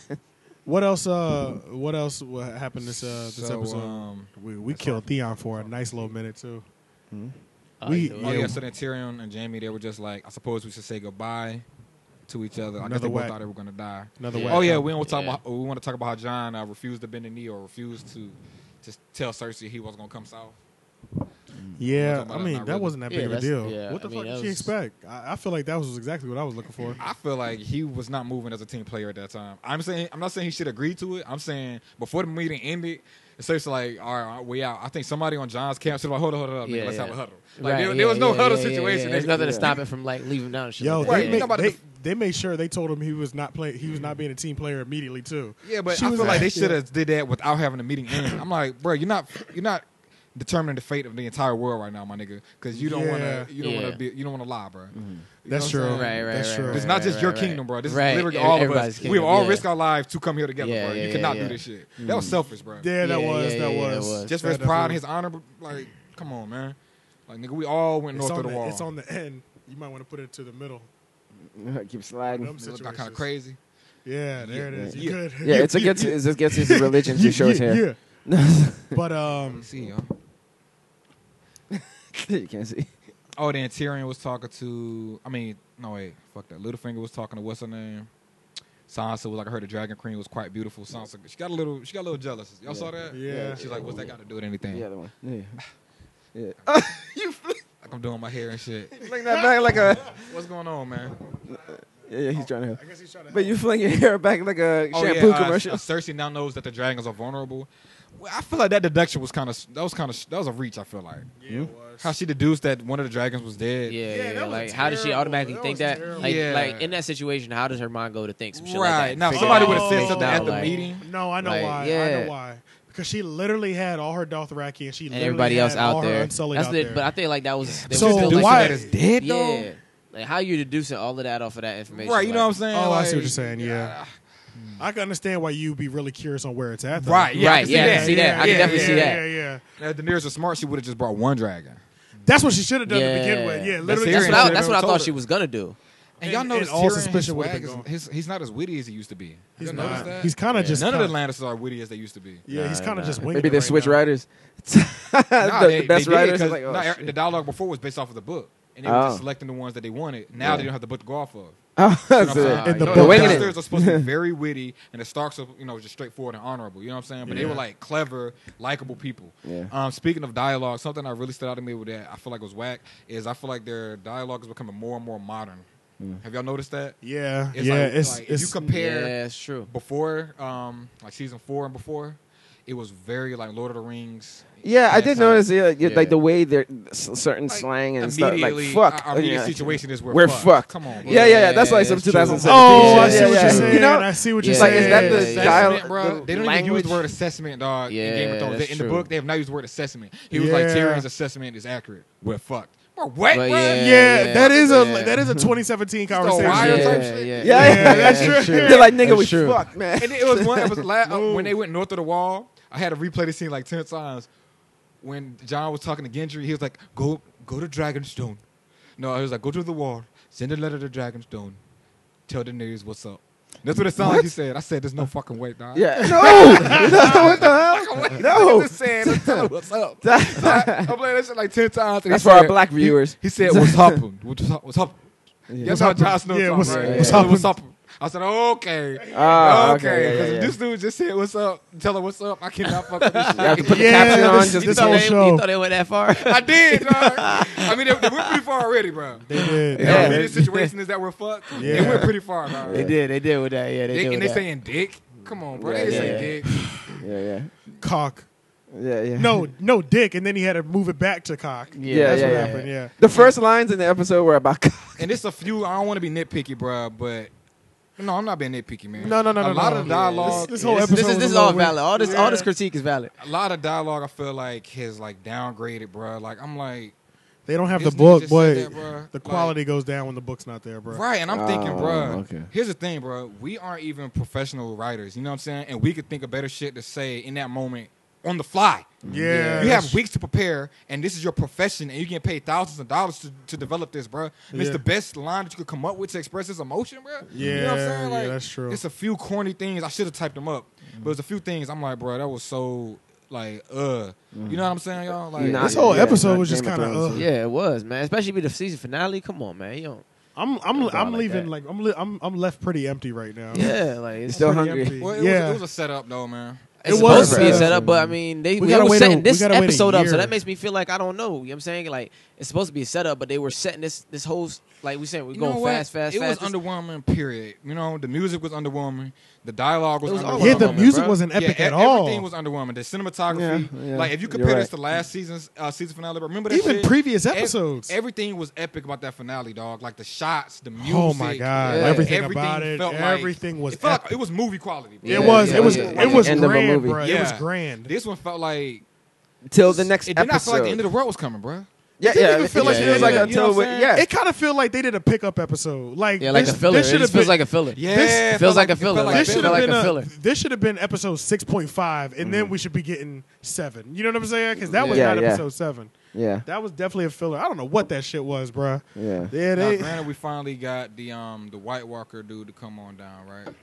Speaker 1: What else? Uh, what else wa- happened this uh this
Speaker 4: So,
Speaker 1: episode?
Speaker 4: um,
Speaker 1: we we killed Theon for a nice little minute too.
Speaker 3: Oh,
Speaker 1: We-
Speaker 3: you know
Speaker 4: Oh
Speaker 3: it.
Speaker 4: yeah, so then Tyrion and Jamie they were just like, I suppose we should say goodbye to each other. I guess
Speaker 1: Another
Speaker 4: they both
Speaker 1: whack.
Speaker 4: thought they were gonna die.
Speaker 1: Another
Speaker 3: Yeah.
Speaker 1: way.
Speaker 4: Oh yeah, we want to talk
Speaker 3: Yeah.
Speaker 4: about we want to talk about how John uh, refused to bend the knee or refused to just tell Cersei he wasn't gonna come south.
Speaker 1: yeah.
Speaker 4: Talking
Speaker 1: I
Speaker 4: about
Speaker 1: mean,
Speaker 4: not
Speaker 1: that
Speaker 4: really-
Speaker 1: wasn't that
Speaker 3: Yeah,
Speaker 1: big of a
Speaker 3: that's-
Speaker 1: deal.
Speaker 3: yeah,
Speaker 1: what the
Speaker 3: I
Speaker 1: fuck
Speaker 3: mean,
Speaker 1: did
Speaker 3: that
Speaker 1: she
Speaker 3: was-
Speaker 1: expect? I, I feel like that was exactly what I was looking for.
Speaker 4: I feel like he was not moving as a team player at that time. I'm saying I'm not saying he should agree to it. I'm saying before the meeting ended, Cersei like, all right, we out. I think somebody on John's camp should like, hold on, hold on, hold on,
Speaker 3: Yeah,
Speaker 4: let's
Speaker 3: yeah.
Speaker 4: have a huddle. Like
Speaker 3: Right,
Speaker 4: there,
Speaker 3: yeah,
Speaker 4: there was no
Speaker 3: yeah,
Speaker 4: huddle
Speaker 3: yeah, yeah,
Speaker 4: situation.
Speaker 3: yeah. There's
Speaker 4: They-
Speaker 3: nothing to
Speaker 4: yeah.
Speaker 3: stop it from like leaving down. And shit
Speaker 1: Yo, they,
Speaker 3: like that.
Speaker 4: Right,
Speaker 1: made,
Speaker 4: think about
Speaker 1: they,
Speaker 4: the-
Speaker 1: they made sure they told him he was not play. He was not being a team player immediately too.
Speaker 4: Yeah, but
Speaker 1: She
Speaker 4: I
Speaker 1: was
Speaker 4: feel like they
Speaker 1: like-
Speaker 4: should have did that without having a meeting end. I'm like, bro, you're not, you're not. determining the fate of the entire world right now, my nigga. Because you don't
Speaker 1: Yeah.
Speaker 4: want to, you don't want
Speaker 3: Yeah.
Speaker 4: to be, you don't want to lie, bro. You
Speaker 1: That's
Speaker 4: know
Speaker 1: true.
Speaker 4: what I'm saying?
Speaker 3: Right, right,
Speaker 1: That's
Speaker 3: right,
Speaker 1: true.
Speaker 3: right,
Speaker 4: It's not
Speaker 3: right,
Speaker 4: just
Speaker 3: right,
Speaker 4: your
Speaker 3: right.
Speaker 4: kingdom, bro. This
Speaker 3: Right.
Speaker 4: is literally
Speaker 3: E-
Speaker 4: all of
Speaker 3: everybody's
Speaker 4: us.
Speaker 3: kingdom,
Speaker 4: we have all
Speaker 3: yeah.
Speaker 4: risked our lives to come here together,
Speaker 3: Yeah,
Speaker 4: bro. You
Speaker 3: yeah,
Speaker 4: cannot
Speaker 3: yeah, Mm-hmm.
Speaker 4: do this shit. That was selfish, bro.
Speaker 1: Yeah, that
Speaker 3: Yeah,
Speaker 1: was,
Speaker 3: yeah,
Speaker 1: that,
Speaker 3: yeah, that
Speaker 1: was.
Speaker 3: was.
Speaker 4: Just for his pride and his honor, bro, like, come on, man. Like, nigga, we all went
Speaker 1: It's
Speaker 4: north
Speaker 1: on,
Speaker 4: of the
Speaker 1: the,
Speaker 4: wall.
Speaker 1: it's on the end. You might want to put it to the middle.
Speaker 2: Keep sliding.
Speaker 1: Them
Speaker 4: It looked kind of
Speaker 1: situations.
Speaker 4: crazy.
Speaker 1: Yeah, there it is. You
Speaker 4: Yeah.
Speaker 1: could.
Speaker 2: Yeah, it's against it's against his religion to show his hair.
Speaker 1: Yeah. But um,
Speaker 4: See, y'all.
Speaker 2: you can't see.
Speaker 4: Oh, then Tyrion was talking to. I mean, no wait, fuck that. Littlefinger was talking to what's her name? Sansa was like, I heard the Dragon Queen was quite beautiful. Sansa, she got a little, she got a little jealous. Y'all saw that?
Speaker 1: Yeah.
Speaker 4: She's like, what's that got to do with anything?
Speaker 2: The other one. Yeah. Yeah.
Speaker 4: Like I'm doing my hair and shit.
Speaker 2: Fling that back like a.
Speaker 4: what's going on, man?
Speaker 2: Yeah, yeah, he's trying to help.
Speaker 1: I guess he's trying to.
Speaker 2: But you fling your hair back like a
Speaker 4: Oh,
Speaker 2: shampoo
Speaker 4: yeah, uh,
Speaker 2: commercial.
Speaker 4: Cersei now knows that the dragons are vulnerable. Well, I feel like that deduction was kind of that was kind of that was a reach. I feel like
Speaker 1: yeah, it was.
Speaker 4: how she deduced that one of the dragons was
Speaker 3: Yeah,
Speaker 4: dead.
Speaker 3: yeah.
Speaker 1: that was
Speaker 3: like, how does she
Speaker 1: terrible.
Speaker 3: automatically
Speaker 1: That
Speaker 3: think
Speaker 1: was
Speaker 3: that?
Speaker 1: terrible.
Speaker 3: Like,
Speaker 4: Yeah.
Speaker 3: like in that situation, how does her mind go to think some shit
Speaker 4: Right.
Speaker 3: like that?
Speaker 4: Now,
Speaker 3: Figure
Speaker 4: somebody
Speaker 3: out
Speaker 4: would've said
Speaker 3: information
Speaker 4: something
Speaker 3: out,
Speaker 4: at the
Speaker 3: like-
Speaker 4: meeting.
Speaker 1: No, I know
Speaker 3: Like,
Speaker 1: why. I
Speaker 3: yeah.
Speaker 1: know why. Because she literally had all her Dothraki and she
Speaker 3: and everybody else out there.
Speaker 1: That's
Speaker 3: That's the, but I think like that was they
Speaker 1: So
Speaker 3: were still,
Speaker 4: Deducing
Speaker 3: like,
Speaker 1: why-
Speaker 4: that it's dead
Speaker 3: yeah,
Speaker 4: though.
Speaker 3: like how you deducing all of that off of that information?
Speaker 4: Right, you know what I'm
Speaker 3: like-
Speaker 4: saying?
Speaker 1: Oh, I
Speaker 4: Like,
Speaker 1: see what you're saying. Yeah, I can understand why you'd be really curious on where it's at. though.
Speaker 4: Right, yeah, I
Speaker 3: Right,
Speaker 4: can see
Speaker 3: yeah, I
Speaker 4: that.
Speaker 3: can see that. I can
Speaker 4: Yeah,
Speaker 3: definitely see
Speaker 1: yeah,
Speaker 3: that.
Speaker 1: Yeah, yeah.
Speaker 4: If Daenerys was smart, she would have just brought one dragon.
Speaker 1: That's what she should have done to begin
Speaker 3: Yeah.
Speaker 1: with. Yeah,
Speaker 3: That's
Speaker 1: literally.
Speaker 4: serious.
Speaker 3: That's what I, that's what I
Speaker 4: Told
Speaker 3: thought
Speaker 4: her.
Speaker 3: she was gonna do.
Speaker 4: And, y'all
Speaker 1: And-
Speaker 4: notice
Speaker 1: and all
Speaker 4: Tyrion,
Speaker 1: suspicion
Speaker 4: his
Speaker 1: would've been
Speaker 4: swag
Speaker 1: gone.
Speaker 4: is- his- he's not as witty as he used to be.
Speaker 1: He's
Speaker 4: Y'all
Speaker 1: not.
Speaker 4: notice that?
Speaker 1: He's kind of just.
Speaker 4: None of
Speaker 1: kinda,
Speaker 4: the Lannisters are witty as they used to be.
Speaker 1: Yeah, he's
Speaker 3: Nah,
Speaker 1: kind of
Speaker 3: nah.
Speaker 1: just winging
Speaker 2: Maybe
Speaker 1: it
Speaker 2: they
Speaker 1: right
Speaker 2: switch
Speaker 1: now.
Speaker 2: writers.
Speaker 4: Nah,
Speaker 2: the,
Speaker 4: they-
Speaker 2: the best
Speaker 4: they did,
Speaker 2: writers.
Speaker 4: 'cause,
Speaker 2: like, oh,
Speaker 4: nah,
Speaker 2: shit.
Speaker 4: the dialogue before was based off of the book, and they
Speaker 2: Oh.
Speaker 4: were just selecting the ones that they wanted. Now they don't have the book to go off of.
Speaker 2: Oh,
Speaker 4: You know what
Speaker 2: so-
Speaker 4: I'm saying?
Speaker 1: the book
Speaker 4: No, the
Speaker 1: doesn't.
Speaker 4: Lannisters are supposed to be very witty, and the Starks are you know just straightforward and honorable. You know what I'm saying? But they were
Speaker 1: Yeah.
Speaker 4: like clever, likable people.
Speaker 2: Yeah.
Speaker 4: Um, speaking of dialogue, something that really stood out to me with that I feel like was whack is I feel like their dialogue is becoming more and more modern.
Speaker 2: Mm.
Speaker 4: Have y'all noticed that?
Speaker 1: Yeah,
Speaker 4: It's
Speaker 1: yeah.
Speaker 4: like,
Speaker 1: it's
Speaker 4: like, if you
Speaker 1: it's
Speaker 4: compare
Speaker 3: Yeah, it's true.
Speaker 4: before, um, like season four and before, it was very like Lord of the Rings.
Speaker 2: Yeah, I
Speaker 4: That
Speaker 2: did
Speaker 4: time.
Speaker 2: notice yeah, yeah,
Speaker 3: Yeah.
Speaker 2: like the way they're s- certain
Speaker 4: Like,
Speaker 2: slang and stuff. Like
Speaker 4: Immediately,
Speaker 2: fuck.
Speaker 4: Our,
Speaker 2: Oh,
Speaker 4: our immediate
Speaker 2: yeah.
Speaker 4: situation is we're,
Speaker 2: We're fucked.
Speaker 4: Come on, bro.
Speaker 2: Yeah, yeah, yeah. That's
Speaker 3: Yeah,
Speaker 2: like some
Speaker 3: it's true.
Speaker 2: 2007.
Speaker 1: Oh, I
Speaker 2: shit.
Speaker 1: see
Speaker 2: yeah,
Speaker 1: what
Speaker 2: yeah.
Speaker 1: you're saying.
Speaker 2: You know,
Speaker 1: I see what you're
Speaker 3: Yeah.
Speaker 2: like
Speaker 1: saying.
Speaker 2: is that the
Speaker 3: Yeah.
Speaker 2: dial?
Speaker 4: assessment, bro.
Speaker 2: the
Speaker 4: they don't even use
Speaker 2: language?
Speaker 4: the word assessment, dog. in
Speaker 3: Yeah,
Speaker 4: Game of Thrones.
Speaker 3: that's
Speaker 4: in the
Speaker 3: true.
Speaker 4: book, they have not used the word assessment. He was like,
Speaker 1: Yeah.
Speaker 4: Tyrion's assessment is accurate. We're fucked. We're wet,
Speaker 3: Well,
Speaker 4: bro.
Speaker 1: yeah,
Speaker 3: yeah.
Speaker 1: that is a
Speaker 3: yeah.
Speaker 1: that is a 2017
Speaker 4: a
Speaker 1: conversation.
Speaker 4: wire
Speaker 1: Yeah.
Speaker 4: type
Speaker 3: yeah,
Speaker 4: shit.
Speaker 3: yeah,
Speaker 2: Yeah, yeah,
Speaker 1: that's true.
Speaker 2: They're like nigga,
Speaker 3: That's
Speaker 2: we
Speaker 3: true.
Speaker 2: fucked, man.
Speaker 4: And it was one. It was la- uh, when they went north of the wall. I had to replay the scene like ten times. When John was talking to Gendry, he was like, "Go, go to Dragonstone." No, he was like, "Go to the wall. Send a letter to Dragonstone. Tell the news what's up." That's what it sounded like he said. I said, "There's no fucking way, dog."
Speaker 2: Yeah. No. No, What the hell?
Speaker 4: no.
Speaker 2: No.
Speaker 4: Just saying, just tell him what's up.
Speaker 2: That-
Speaker 4: I played that shit like ten times. and he
Speaker 2: That's for our
Speaker 4: said-
Speaker 2: black viewers.
Speaker 4: He, he said, "What's happened? What's hap- what's happened?" That's how John Snow
Speaker 1: Yeah,
Speaker 4: talk,
Speaker 1: what's-
Speaker 4: right?
Speaker 2: what's
Speaker 4: He said,
Speaker 1: happened?
Speaker 4: what's happened? I said, okay.
Speaker 2: Oh, okay, yeah,
Speaker 4: okay. Because
Speaker 2: yeah,
Speaker 4: if
Speaker 2: yeah.
Speaker 4: this dude just said, what's up, tell him what's up, I cannot fuck with this shit.
Speaker 2: You have to put the
Speaker 1: Yeah,
Speaker 2: caption on
Speaker 1: this-
Speaker 2: just
Speaker 1: you
Speaker 2: this
Speaker 1: thought
Speaker 2: whole
Speaker 1: they-
Speaker 2: show.
Speaker 3: You thought it went that far?
Speaker 4: I did, dog. I mean, they, they went pretty far already, bro.
Speaker 1: They did.
Speaker 4: The
Speaker 2: Yeah.
Speaker 4: immediate situation is that we're fucked. They
Speaker 1: Yeah.
Speaker 4: went pretty far, dog.
Speaker 3: They did. They did with that. Yeah, they did.
Speaker 4: Dick, and
Speaker 3: With
Speaker 4: they
Speaker 3: that.
Speaker 4: saying dick. Come on, bro.
Speaker 2: Yeah,
Speaker 4: they didn't
Speaker 2: yeah.
Speaker 4: say dick.
Speaker 2: Yeah, yeah,
Speaker 1: Cock.
Speaker 2: yeah, yeah.
Speaker 1: No, no dick, and then he had to move it back to cock.
Speaker 3: Yeah,
Speaker 1: that's
Speaker 2: yeah,
Speaker 1: what
Speaker 2: yeah.
Speaker 1: happened. Yeah.
Speaker 2: The first lines in the episode were about.
Speaker 4: And it's a few. I don't want to be nitpicky, bro, but no, I'm not being nitpicky, man.
Speaker 1: No, no, no,
Speaker 4: a
Speaker 1: no,
Speaker 4: lot
Speaker 1: no.
Speaker 4: of dialogue.
Speaker 1: This- this
Speaker 3: Yeah,
Speaker 1: whole
Speaker 3: this, this
Speaker 1: episode
Speaker 3: is this
Speaker 1: was
Speaker 3: is
Speaker 1: a
Speaker 3: all
Speaker 1: little
Speaker 3: valid. All this
Speaker 1: weird.
Speaker 3: all this critique is valid.
Speaker 4: a lot of dialogue. I feel like has like downgraded, bro. Like I'm like
Speaker 1: They don't have
Speaker 4: This
Speaker 1: the
Speaker 4: nigga
Speaker 1: book,
Speaker 4: just
Speaker 1: but
Speaker 4: said that, bruh.
Speaker 1: the
Speaker 4: Like-
Speaker 1: quality goes down when the book's not there, bro.
Speaker 4: Right, and I'm
Speaker 2: Oh,
Speaker 4: thinking, bro.
Speaker 2: okay.
Speaker 4: Here's the thing, bro. We aren't even professional writers. You know what I'm saying? And we could think of better shit to say in that moment on the fly.
Speaker 1: Yeah.
Speaker 4: You have weeks to prepare, and this is your profession, and you get paid thousands of dollars to, to develop this, bro. It's
Speaker 1: Yeah.
Speaker 4: the best line that you could come up with to express this emotion, bro. you know what
Speaker 1: Yeah,
Speaker 4: I'm saying?
Speaker 1: yeah,
Speaker 4: Like,
Speaker 1: that's true.
Speaker 4: It's a few corny things. I should have typed them up, but it's a few things. I'm like, bro, that was so like, uh, you know what I'm saying, y'all? Like,
Speaker 2: Nah,
Speaker 1: This whole
Speaker 2: Yeah,
Speaker 1: episode
Speaker 2: not
Speaker 1: was just
Speaker 2: Game of
Speaker 1: kind
Speaker 2: Thrones.
Speaker 1: of. Uh,
Speaker 3: Yeah, it was man. Especially with the season finale. Come on, man. You don't.
Speaker 1: I'm I'm
Speaker 3: was all
Speaker 1: I'm
Speaker 3: like
Speaker 1: leaving
Speaker 3: that.
Speaker 1: like I'm li- I'm I'm left pretty empty right now.
Speaker 3: Yeah, like it's,
Speaker 2: Still
Speaker 1: Pretty
Speaker 2: hungry.
Speaker 1: empty.
Speaker 4: well, it,
Speaker 1: yeah.
Speaker 4: was, it was a setup, though, man.
Speaker 3: It's
Speaker 1: It
Speaker 3: supposed
Speaker 1: was
Speaker 3: to be
Speaker 1: set
Speaker 3: a
Speaker 1: up.
Speaker 3: setup, but I mean, they,
Speaker 1: We
Speaker 3: they
Speaker 1: gotta
Speaker 3: were
Speaker 1: wait
Speaker 3: setting
Speaker 1: a-
Speaker 3: this
Speaker 1: we gotta wait a
Speaker 3: episode up, so
Speaker 1: year.
Speaker 3: that makes me feel like I don't know. You know what I'm saying? Like, it's supposed to be a setup, but they were setting this this whole, s- like we saying, we're
Speaker 4: You know
Speaker 3: going
Speaker 4: what?
Speaker 3: fast, fast,
Speaker 4: It
Speaker 3: fast.
Speaker 4: was
Speaker 3: This-
Speaker 4: underwhelming. Period. You know, the music was underwhelming. The dialogue was,
Speaker 3: It was
Speaker 4: underwhelming.
Speaker 1: Yeah, the
Speaker 3: Overwhelming,
Speaker 1: music
Speaker 3: bruh.
Speaker 1: wasn't
Speaker 4: Yeah,
Speaker 1: epic
Speaker 4: e-
Speaker 1: at all.
Speaker 4: Everything was underwhelming. The cinematography,
Speaker 2: Yeah, yeah.
Speaker 4: like if you
Speaker 2: You're
Speaker 4: compare this
Speaker 2: right.
Speaker 4: to last season's uh, season finale, but remember that
Speaker 1: Even
Speaker 4: shit?
Speaker 1: previous
Speaker 4: Ev-
Speaker 1: episodes.
Speaker 4: everything was epic about that finale, dog. Like the shots, the music.
Speaker 1: Oh my god!
Speaker 3: Yeah.
Speaker 1: Everything,
Speaker 4: everything
Speaker 1: about it,
Speaker 4: felt like-
Speaker 1: everything was.
Speaker 4: it felt
Speaker 1: epic.
Speaker 4: like it was movie quality. bro.
Speaker 3: Yeah,
Speaker 1: it was.
Speaker 3: yeah,
Speaker 1: it was.
Speaker 3: yeah,
Speaker 1: It was
Speaker 2: yeah. End of a
Speaker 1: grand,
Speaker 2: movie.
Speaker 1: bro. It was
Speaker 4: Yeah.
Speaker 1: grand.
Speaker 4: This one felt like
Speaker 2: till the next
Speaker 4: It did not
Speaker 2: episode.
Speaker 4: feel like the end of the world was coming, bro.
Speaker 2: yeah,
Speaker 1: didn't
Speaker 2: yeah,
Speaker 1: even feel
Speaker 2: it
Speaker 1: like
Speaker 2: just
Speaker 1: the
Speaker 2: feels
Speaker 1: end of
Speaker 2: like
Speaker 1: the-
Speaker 2: until
Speaker 1: you know what
Speaker 2: we-
Speaker 1: I'm saying?
Speaker 2: yeah,
Speaker 1: It kind of feel like they did a pickup episode. Like
Speaker 3: Yeah, like
Speaker 1: this,
Speaker 3: a filler. It
Speaker 1: This should
Speaker 3: just
Speaker 1: have
Speaker 3: feels
Speaker 1: been
Speaker 3: like a filler.
Speaker 4: Yeah,
Speaker 1: This-
Speaker 4: it
Speaker 3: feels
Speaker 4: felt
Speaker 3: like a
Speaker 4: it felt
Speaker 3: filler, like,
Speaker 1: this
Speaker 3: it
Speaker 1: should
Speaker 3: felt
Speaker 1: have
Speaker 3: like
Speaker 1: been
Speaker 3: a
Speaker 1: a,
Speaker 3: filler.
Speaker 1: this should have been episode six point five, and then we should be getting seven. You know what I'm saying? Because that was
Speaker 2: Mm. Yeah,
Speaker 1: not
Speaker 2: yeah.
Speaker 1: episode seven.
Speaker 2: yeah,
Speaker 1: That was definitely a filler. I don't know what that shit was, bruh.
Speaker 2: yeah.
Speaker 1: Yeah,
Speaker 4: Now,
Speaker 1: they,
Speaker 4: granted, we finally got the um the White Walker dude to come on down, right?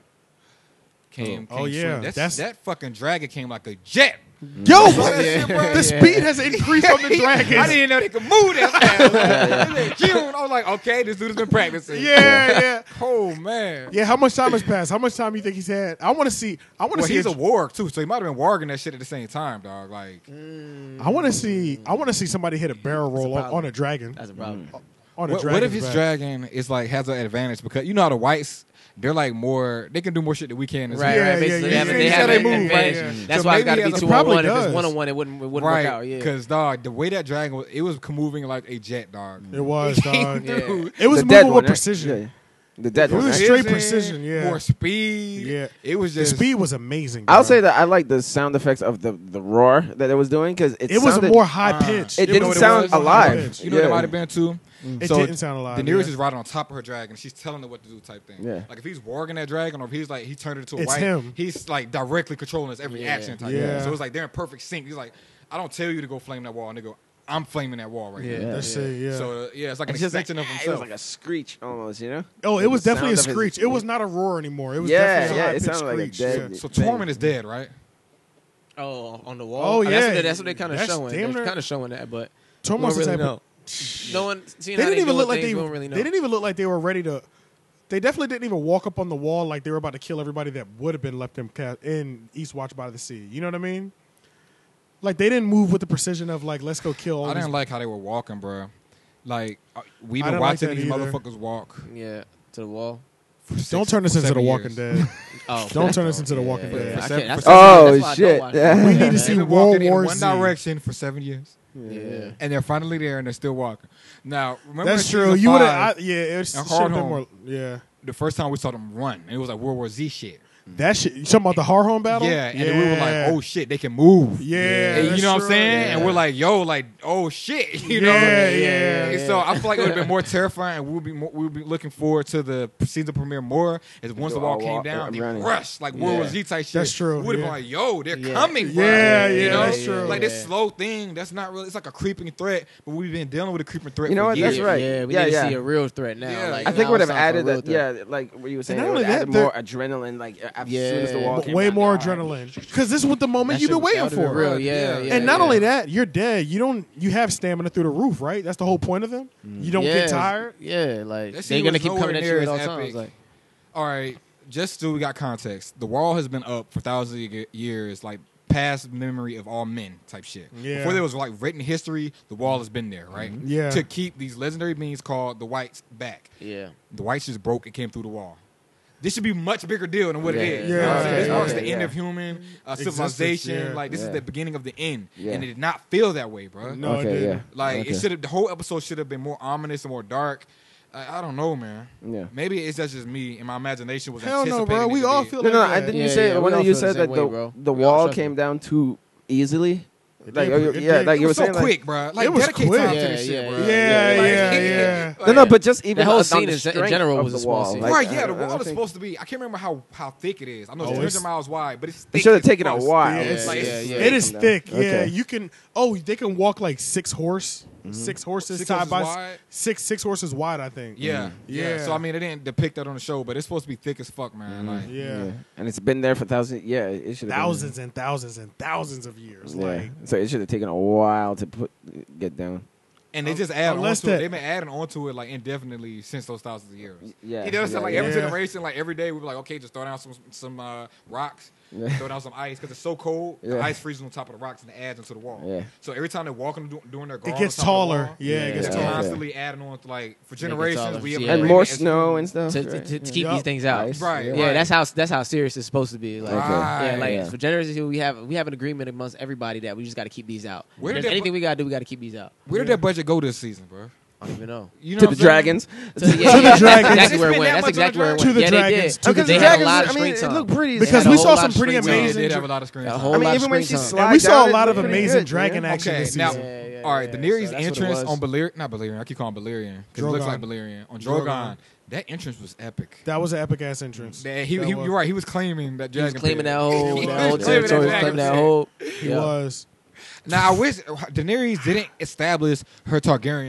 Speaker 4: Came, came
Speaker 1: Oh, yeah.
Speaker 4: swinging. That's,
Speaker 1: That's-
Speaker 4: that fucking dragon came like a jet.
Speaker 1: yo,
Speaker 4: that shit, bro?
Speaker 1: the speed has increased on the
Speaker 4: I
Speaker 1: dragons.
Speaker 4: didn't know they could move that fast. June, I was like, okay, this dude's been practicing.
Speaker 1: Yeah, yeah,
Speaker 4: Oh man.
Speaker 1: yeah. How much time has passed? How much time you think he's had? I want to see. I want to
Speaker 4: Well,
Speaker 1: see.
Speaker 4: he's a
Speaker 1: a-
Speaker 4: warg too, so he might have been warging that shit at the same time, dog. Like,
Speaker 1: I want to see. I want to see somebody hit a barrel roll on,
Speaker 3: problem.
Speaker 1: on a dragon.
Speaker 3: That's a problem.
Speaker 1: On a
Speaker 4: what,
Speaker 1: dragon.
Speaker 4: what if his dragon is like has an advantage because you know how the whites they're like more they can do more shit than we can. as
Speaker 3: Right,
Speaker 1: Yeah,
Speaker 3: right.
Speaker 1: yeah,
Speaker 3: Basically,
Speaker 1: yeah,
Speaker 3: they have,
Speaker 1: yeah,
Speaker 3: they
Speaker 1: yeah,
Speaker 3: have
Speaker 1: they
Speaker 3: an
Speaker 1: move, right,
Speaker 3: advantage.
Speaker 1: yeah.
Speaker 3: That's
Speaker 4: So
Speaker 3: why it's
Speaker 4: maybe
Speaker 3: got to
Speaker 4: he
Speaker 3: be
Speaker 4: has a-
Speaker 3: two on
Speaker 1: probably
Speaker 3: one. If
Speaker 1: does.
Speaker 3: it's one on one, it wouldn't it wouldn't
Speaker 4: right,
Speaker 3: work out. Yeah,
Speaker 4: Because dog, the way that dragon was, it was moving like a jet, dog.
Speaker 1: It was dog.
Speaker 3: Yeah.
Speaker 1: It was
Speaker 2: The dead
Speaker 1: moving
Speaker 2: one,
Speaker 1: with
Speaker 2: right?
Speaker 1: precision.
Speaker 2: Yeah. The dead
Speaker 1: It
Speaker 2: one. eh?
Speaker 1: was
Speaker 2: right?
Speaker 1: straight precision, yeah.
Speaker 4: More speed.
Speaker 1: Yeah.
Speaker 4: It was
Speaker 1: The
Speaker 4: just
Speaker 1: speed was amazing.
Speaker 2: I'll
Speaker 1: dog.
Speaker 2: say that I like the sound effects of the, the roar that it was doing because it,
Speaker 1: it was
Speaker 2: sounded-
Speaker 1: more high pitched.
Speaker 2: it
Speaker 4: You know
Speaker 2: didn't
Speaker 4: what
Speaker 2: sound
Speaker 4: was?
Speaker 2: alive.
Speaker 4: You know what it
Speaker 2: Yeah.
Speaker 4: might have been too?
Speaker 1: It
Speaker 4: So
Speaker 1: didn't sound alive.
Speaker 4: Daenerys
Speaker 1: Mm. yeah.
Speaker 4: is riding on top of her dragon. She's telling her what to do, type thing.
Speaker 2: Yeah.
Speaker 4: Like if he's warging that dragon, or if he's like he turned it into a
Speaker 1: It's
Speaker 4: white,
Speaker 1: him.
Speaker 4: he's like directly controlling his every
Speaker 3: Yeah.
Speaker 4: action, type
Speaker 1: Yeah.
Speaker 4: thing. So it's like they're in perfect sync. He's like, I don't tell you to go flame that wall, nigga. I'm flaming that wall right
Speaker 3: Yeah.
Speaker 2: Yeah.
Speaker 1: That shit, yeah.
Speaker 4: So uh, yeah, it's like an
Speaker 2: It's just like, ah,
Speaker 4: extension of
Speaker 2: it was
Speaker 4: himself.
Speaker 2: like a screech almost, you know?
Speaker 1: oh, it
Speaker 2: the
Speaker 1: was definitely a
Speaker 2: sound of his-
Speaker 1: screech. It was not a roar anymore. It was
Speaker 2: Yeah,
Speaker 1: definitely
Speaker 2: yeah,
Speaker 1: a
Speaker 2: it
Speaker 1: high pitched
Speaker 2: sounded like a
Speaker 1: screech.
Speaker 2: dead-
Speaker 1: yeah.
Speaker 4: so
Speaker 2: Bang.
Speaker 4: Tormund is dead, right?
Speaker 3: Oh, on the wall.
Speaker 1: Oh,
Speaker 3: that's
Speaker 1: yeah.
Speaker 3: what they, that's what they're kind of
Speaker 1: That's
Speaker 3: showing.
Speaker 1: damn
Speaker 3: They're
Speaker 1: near-
Speaker 3: kind of showing that, but
Speaker 1: Tormund's
Speaker 3: we don't
Speaker 1: the
Speaker 3: really
Speaker 1: type of-
Speaker 3: know. No one. Seeing
Speaker 1: They
Speaker 3: how
Speaker 1: didn't
Speaker 3: they
Speaker 1: even
Speaker 3: do
Speaker 1: look like
Speaker 3: things,
Speaker 1: they.
Speaker 3: we don't really know.
Speaker 1: They didn't even look like they were ready to. They definitely didn't even walk up on the wall like they were about to kill everybody that would have been left in ca- in Eastwatch by the sea. You know what I mean? Like they didn't move with the precision of like let's go kill. All
Speaker 4: I
Speaker 1: these
Speaker 4: didn't like how they were walking, bro. Like uh, we've
Speaker 1: I
Speaker 4: been
Speaker 1: didn't like
Speaker 4: watching
Speaker 1: that
Speaker 4: these
Speaker 1: either.
Speaker 4: motherfuckers walk.
Speaker 3: Yeah, to the wall.
Speaker 4: for six-
Speaker 1: Don't turn this
Speaker 4: for
Speaker 1: into The
Speaker 4: seven
Speaker 1: Walking
Speaker 4: years.
Speaker 1: Dead.
Speaker 3: Oh,
Speaker 1: Don't turn this into The
Speaker 3: yeah,
Speaker 1: Walking
Speaker 3: yeah,
Speaker 1: Dead.
Speaker 3: yeah. I can't-
Speaker 4: For seven-
Speaker 3: that's-
Speaker 4: for
Speaker 2: Oh,
Speaker 3: that's why I don't
Speaker 2: shit.
Speaker 3: watch
Speaker 2: Yeah.
Speaker 3: it.
Speaker 1: We need to
Speaker 4: They've
Speaker 1: see
Speaker 4: been
Speaker 1: World
Speaker 4: walking in
Speaker 1: War
Speaker 4: one
Speaker 1: Z.
Speaker 4: direction for seven years,
Speaker 3: Yeah.
Speaker 4: and they're finally there, and they're still walking. Now, remember
Speaker 1: That's
Speaker 4: in
Speaker 1: true.
Speaker 4: season
Speaker 1: You would
Speaker 4: five,
Speaker 1: have. Yeah, it's
Speaker 4: And
Speaker 1: should've
Speaker 4: Hard
Speaker 1: been
Speaker 4: Home.
Speaker 1: more. Yeah,
Speaker 4: the first time we saw them run, and it was like World War Z shit.
Speaker 1: that shit. You talking about the hard home battle?
Speaker 4: Yeah, and we were like, oh shit, they can move.
Speaker 1: Yeah,
Speaker 4: And you
Speaker 1: that's
Speaker 4: know what
Speaker 1: true.
Speaker 4: I'm saying? And
Speaker 3: Yeah.
Speaker 4: we're like, yo, like, oh shit, you know?
Speaker 1: Yeah, yeah,
Speaker 4: And
Speaker 1: yeah.
Speaker 4: So I feel like it would have been more terrifying, and we'll be more, we'll be looking forward to the season premiere more. Is once the
Speaker 2: do
Speaker 4: wall
Speaker 2: all
Speaker 4: came
Speaker 2: walk-
Speaker 4: down, they
Speaker 2: running.
Speaker 4: rushed like World War
Speaker 3: Yeah.
Speaker 4: Z type shit.
Speaker 1: That's true,
Speaker 4: We would
Speaker 1: yeah.
Speaker 4: have been like, yo, they're
Speaker 3: Yeah.
Speaker 4: coming. bro.
Speaker 1: Yeah,
Speaker 4: you
Speaker 1: yeah,
Speaker 4: know?
Speaker 1: that's true.
Speaker 4: Like
Speaker 3: Yeah.
Speaker 4: this slow thing. That's not really. It's like a creeping threat, but we've been dealing with a creeping threat.
Speaker 2: You know
Speaker 4: for
Speaker 2: what?
Speaker 4: Years.
Speaker 2: That's right.
Speaker 3: Yeah, we
Speaker 2: Yeah,
Speaker 3: need
Speaker 2: yeah.
Speaker 3: to see a real threat now.
Speaker 4: Yeah.
Speaker 3: Like,
Speaker 2: I think
Speaker 3: now
Speaker 2: would
Speaker 3: it's
Speaker 2: have
Speaker 3: time for a
Speaker 2: added
Speaker 3: real
Speaker 2: that,
Speaker 3: threat.
Speaker 2: yeah, like what you were saying,
Speaker 1: not
Speaker 2: it would
Speaker 1: only
Speaker 2: added
Speaker 1: that, the-
Speaker 2: more adrenaline, like as soon as the
Speaker 3: Yeah.
Speaker 2: wall came
Speaker 1: way
Speaker 2: down,
Speaker 1: more
Speaker 2: they're all
Speaker 1: adrenaline because this is what the moment
Speaker 3: That
Speaker 1: you've been
Speaker 3: shit-
Speaker 1: waiting
Speaker 3: that would've
Speaker 1: for.
Speaker 3: been Real, yeah,
Speaker 4: And
Speaker 3: yeah.
Speaker 1: and not
Speaker 3: yeah.
Speaker 1: only that, you're dead. You don't. You have stamina through the roof, right? That's the whole point of them. You don't
Speaker 3: yeah,
Speaker 1: get tired.
Speaker 3: Yeah, like
Speaker 4: That
Speaker 3: they're
Speaker 4: scene
Speaker 3: gonna
Speaker 4: was
Speaker 3: keep
Speaker 4: nowhere
Speaker 3: coming at you
Speaker 4: near
Speaker 3: at
Speaker 4: as
Speaker 3: all
Speaker 4: epic.
Speaker 3: times. Like,
Speaker 4: all right, just so we got context, the wall has been up for thousands of ye- years, like past memory of all men type shit.
Speaker 1: Yeah. Mm-hmm.
Speaker 4: Before there was like written history, the wall has been there, right?
Speaker 1: Yeah.
Speaker 4: To keep these legendary beings called the Whites back.
Speaker 3: yeah.
Speaker 4: The Whites just broke and came through the wall. This should be a much bigger deal than what it
Speaker 3: Yeah.
Speaker 4: is.
Speaker 1: Yeah.
Speaker 4: You know what I'm saying? This
Speaker 2: Yeah.
Speaker 4: marks the
Speaker 2: Yeah.
Speaker 4: end of human uh,
Speaker 1: Existence,
Speaker 4: civilization.
Speaker 1: yeah.
Speaker 4: Like this
Speaker 2: Yeah.
Speaker 4: is the beginning of the end,
Speaker 2: Yeah.
Speaker 4: and it did not feel that way, bro.
Speaker 1: No, it
Speaker 2: Okay,
Speaker 1: didn't.
Speaker 2: yeah.
Speaker 4: Like
Speaker 2: Okay.
Speaker 4: it should have. The whole episode should have been more ominous and more dark. I, I don't know, man.
Speaker 2: Yeah.
Speaker 4: Maybe it's that's just me and my imagination was.
Speaker 1: Hell no,
Speaker 4: anticipating
Speaker 1: bro.
Speaker 4: it
Speaker 1: We
Speaker 4: to
Speaker 1: all
Speaker 4: be-
Speaker 1: feel
Speaker 2: No,
Speaker 1: like
Speaker 2: no,
Speaker 1: that.
Speaker 2: I didn't you
Speaker 3: Yeah,
Speaker 2: say
Speaker 3: yeah, we
Speaker 2: one
Speaker 3: all
Speaker 2: of you
Speaker 3: feel the
Speaker 2: said
Speaker 3: same
Speaker 2: that the,
Speaker 3: way, bro.
Speaker 2: the
Speaker 3: We all
Speaker 2: wall
Speaker 3: felt
Speaker 2: came
Speaker 3: it.
Speaker 2: down too easily?
Speaker 1: It
Speaker 2: Like,
Speaker 1: did,
Speaker 2: oh, you-
Speaker 1: it did.
Speaker 2: yeah, like
Speaker 1: It
Speaker 2: you were
Speaker 4: was so
Speaker 2: saying, like,
Speaker 4: quick, bro. Like
Speaker 1: It was
Speaker 4: dedicate
Speaker 1: quick.
Speaker 4: time to this
Speaker 3: Yeah,
Speaker 4: shit,
Speaker 3: yeah,
Speaker 4: bro.
Speaker 1: Yeah, yeah, yeah.
Speaker 2: no, no, but just even
Speaker 3: whole
Speaker 2: on- on
Speaker 3: scene
Speaker 2: the
Speaker 3: is- in
Speaker 2: strength
Speaker 3: general
Speaker 2: of
Speaker 3: was
Speaker 2: the
Speaker 3: a small
Speaker 2: wall,
Speaker 3: scene.
Speaker 2: like,
Speaker 4: right,
Speaker 2: I-
Speaker 4: yeah, the
Speaker 2: I don't
Speaker 4: wall is
Speaker 2: think-
Speaker 4: supposed to be. I can't remember how how thick it is. I know
Speaker 1: Oh,
Speaker 4: it's
Speaker 1: it's-
Speaker 4: 300 miles wide, but it's.
Speaker 2: It
Speaker 4: thick
Speaker 2: should have
Speaker 4: as
Speaker 2: taken a
Speaker 4: fuck.
Speaker 2: while.
Speaker 1: Yeah,
Speaker 4: Like,
Speaker 1: it's-
Speaker 4: it's-
Speaker 3: yeah,
Speaker 1: It
Speaker 3: yeah.
Speaker 1: is
Speaker 2: Come down.
Speaker 1: thick. Yeah,
Speaker 2: Okay.
Speaker 1: you can. Oh, they can walk like six horse,
Speaker 3: Mm-hmm.
Speaker 1: six horses
Speaker 4: Six
Speaker 1: side
Speaker 4: horses
Speaker 1: by s-
Speaker 4: wide?
Speaker 1: six six horses wide. I think. Mm-hmm.
Speaker 4: Yeah, yeah,
Speaker 1: Yeah.
Speaker 4: So I mean, they didn't depict that on the show, but it's supposed to be thick as fuck, man. Like,
Speaker 1: yeah,
Speaker 2: Yeah. And it's been there for thousands. Yeah, it should have
Speaker 1: thousands and thousands and thousands of years.
Speaker 2: Been, yeah.
Speaker 1: Like
Speaker 2: So it should have taken a while to put get down.
Speaker 4: and they just add on
Speaker 1: Um, Unless
Speaker 4: to it.
Speaker 1: that-
Speaker 4: They've been adding on to it like indefinitely since those thousands of years.
Speaker 2: yeah,
Speaker 4: you know what I'm saying?
Speaker 2: yeah,
Speaker 4: Like
Speaker 2: yeah.
Speaker 4: every
Speaker 1: Yeah.
Speaker 4: generation, like every day, we were like, okay, just throw down some some uh, rocks,
Speaker 2: Yeah.
Speaker 4: throw down some ice because it's so cold. The
Speaker 2: Yeah.
Speaker 4: ice freezes on top of the rocks and it adds into the wall.
Speaker 2: Yeah.
Speaker 4: So every time they're walking do- doing their
Speaker 1: it
Speaker 4: guard, on
Speaker 1: gets
Speaker 4: top of the
Speaker 1: taller.
Speaker 4: wall,
Speaker 1: Yeah, it
Speaker 3: Yeah.
Speaker 1: gets
Speaker 4: It's
Speaker 2: Yeah.
Speaker 1: taller.
Speaker 4: constantly adding on to like for
Speaker 3: Make it taller.
Speaker 4: generations we have
Speaker 3: Yeah.
Speaker 2: And
Speaker 4: been
Speaker 2: more
Speaker 4: raised-
Speaker 2: snow and stuff.
Speaker 3: To,
Speaker 2: right?
Speaker 3: to, to, to keep
Speaker 1: Yup.
Speaker 3: these things out.
Speaker 2: Ice,
Speaker 4: Right,
Speaker 2: yeah.
Speaker 4: right.
Speaker 3: Yeah, that's how that's how serious it's supposed to be. Like,
Speaker 4: Right.
Speaker 3: yeah, like
Speaker 2: Yeah.
Speaker 3: for generosity, we have we have an agreement amongst everybody that we just got to keep these out.
Speaker 4: Where
Speaker 3: If
Speaker 4: did
Speaker 3: there's
Speaker 4: that
Speaker 3: anything
Speaker 4: bu-
Speaker 3: we got to do, we got to keep these out.
Speaker 4: Where did that budget go this season, bro?
Speaker 3: I don't even know.
Speaker 4: You know
Speaker 2: to
Speaker 4: what
Speaker 2: the
Speaker 4: I'm saying?
Speaker 2: dragons.
Speaker 3: To, the- yeah,
Speaker 1: the
Speaker 3: yeah,
Speaker 1: dragons.
Speaker 3: That's
Speaker 1: They
Speaker 3: exactly where it went. That's
Speaker 4: spend that much on the
Speaker 3: exactly where it
Speaker 1: To
Speaker 3: went.
Speaker 1: the
Speaker 3: yeah,
Speaker 1: dragons,
Speaker 3: they
Speaker 1: to
Speaker 3: did.
Speaker 1: the
Speaker 5: Because
Speaker 3: they
Speaker 5: the
Speaker 3: had a
Speaker 5: dragons,
Speaker 3: lot of
Speaker 5: I
Speaker 3: screen
Speaker 5: mean, it
Speaker 3: time.
Speaker 5: looked pretty. as
Speaker 1: Because
Speaker 5: hell.
Speaker 1: we
Speaker 3: whole
Speaker 1: saw
Speaker 3: lot
Speaker 1: some
Speaker 3: of
Speaker 1: pretty
Speaker 3: screen time.
Speaker 1: amazing.
Speaker 4: Yeah, they had a lot of screen
Speaker 3: A
Speaker 4: time.
Speaker 3: whole
Speaker 5: I mean,
Speaker 3: lot of
Speaker 5: even when she
Speaker 3: screen time.
Speaker 1: Yeah,
Speaker 5: slides
Speaker 1: we saw
Speaker 5: down,
Speaker 1: a lot
Speaker 5: it
Speaker 1: of
Speaker 5: was pretty
Speaker 1: amazing
Speaker 5: good,
Speaker 1: dragon
Speaker 5: man.
Speaker 1: action
Speaker 4: Okay,
Speaker 1: this
Speaker 4: now-
Speaker 1: season.
Speaker 3: Yeah, yeah,
Speaker 4: All right,
Speaker 3: yeah.
Speaker 4: Daenerys'
Speaker 3: So that's what it
Speaker 4: entrance
Speaker 3: was.
Speaker 4: on Balerion, not Balerion, I keep calling him Balerion because it looks
Speaker 1: Drogon.
Speaker 4: like Balerion. On Drogon,
Speaker 1: Drogon.
Speaker 4: that entrance was epic.
Speaker 1: That was an epic ass entrance.
Speaker 4: That- he,
Speaker 1: That
Speaker 4: he-
Speaker 1: was.
Speaker 4: you're right, he was claiming that
Speaker 3: He
Speaker 4: dragon.
Speaker 3: was claiming
Speaker 4: pit.
Speaker 3: that whole,
Speaker 1: He was
Speaker 3: that
Speaker 1: claiming
Speaker 3: whole
Speaker 1: that
Speaker 3: territory,
Speaker 1: dragon
Speaker 3: claiming that
Speaker 4: pit.
Speaker 3: whole.
Speaker 1: He
Speaker 3: yeah.
Speaker 1: was.
Speaker 4: Now I wish Daenerys didn't establish her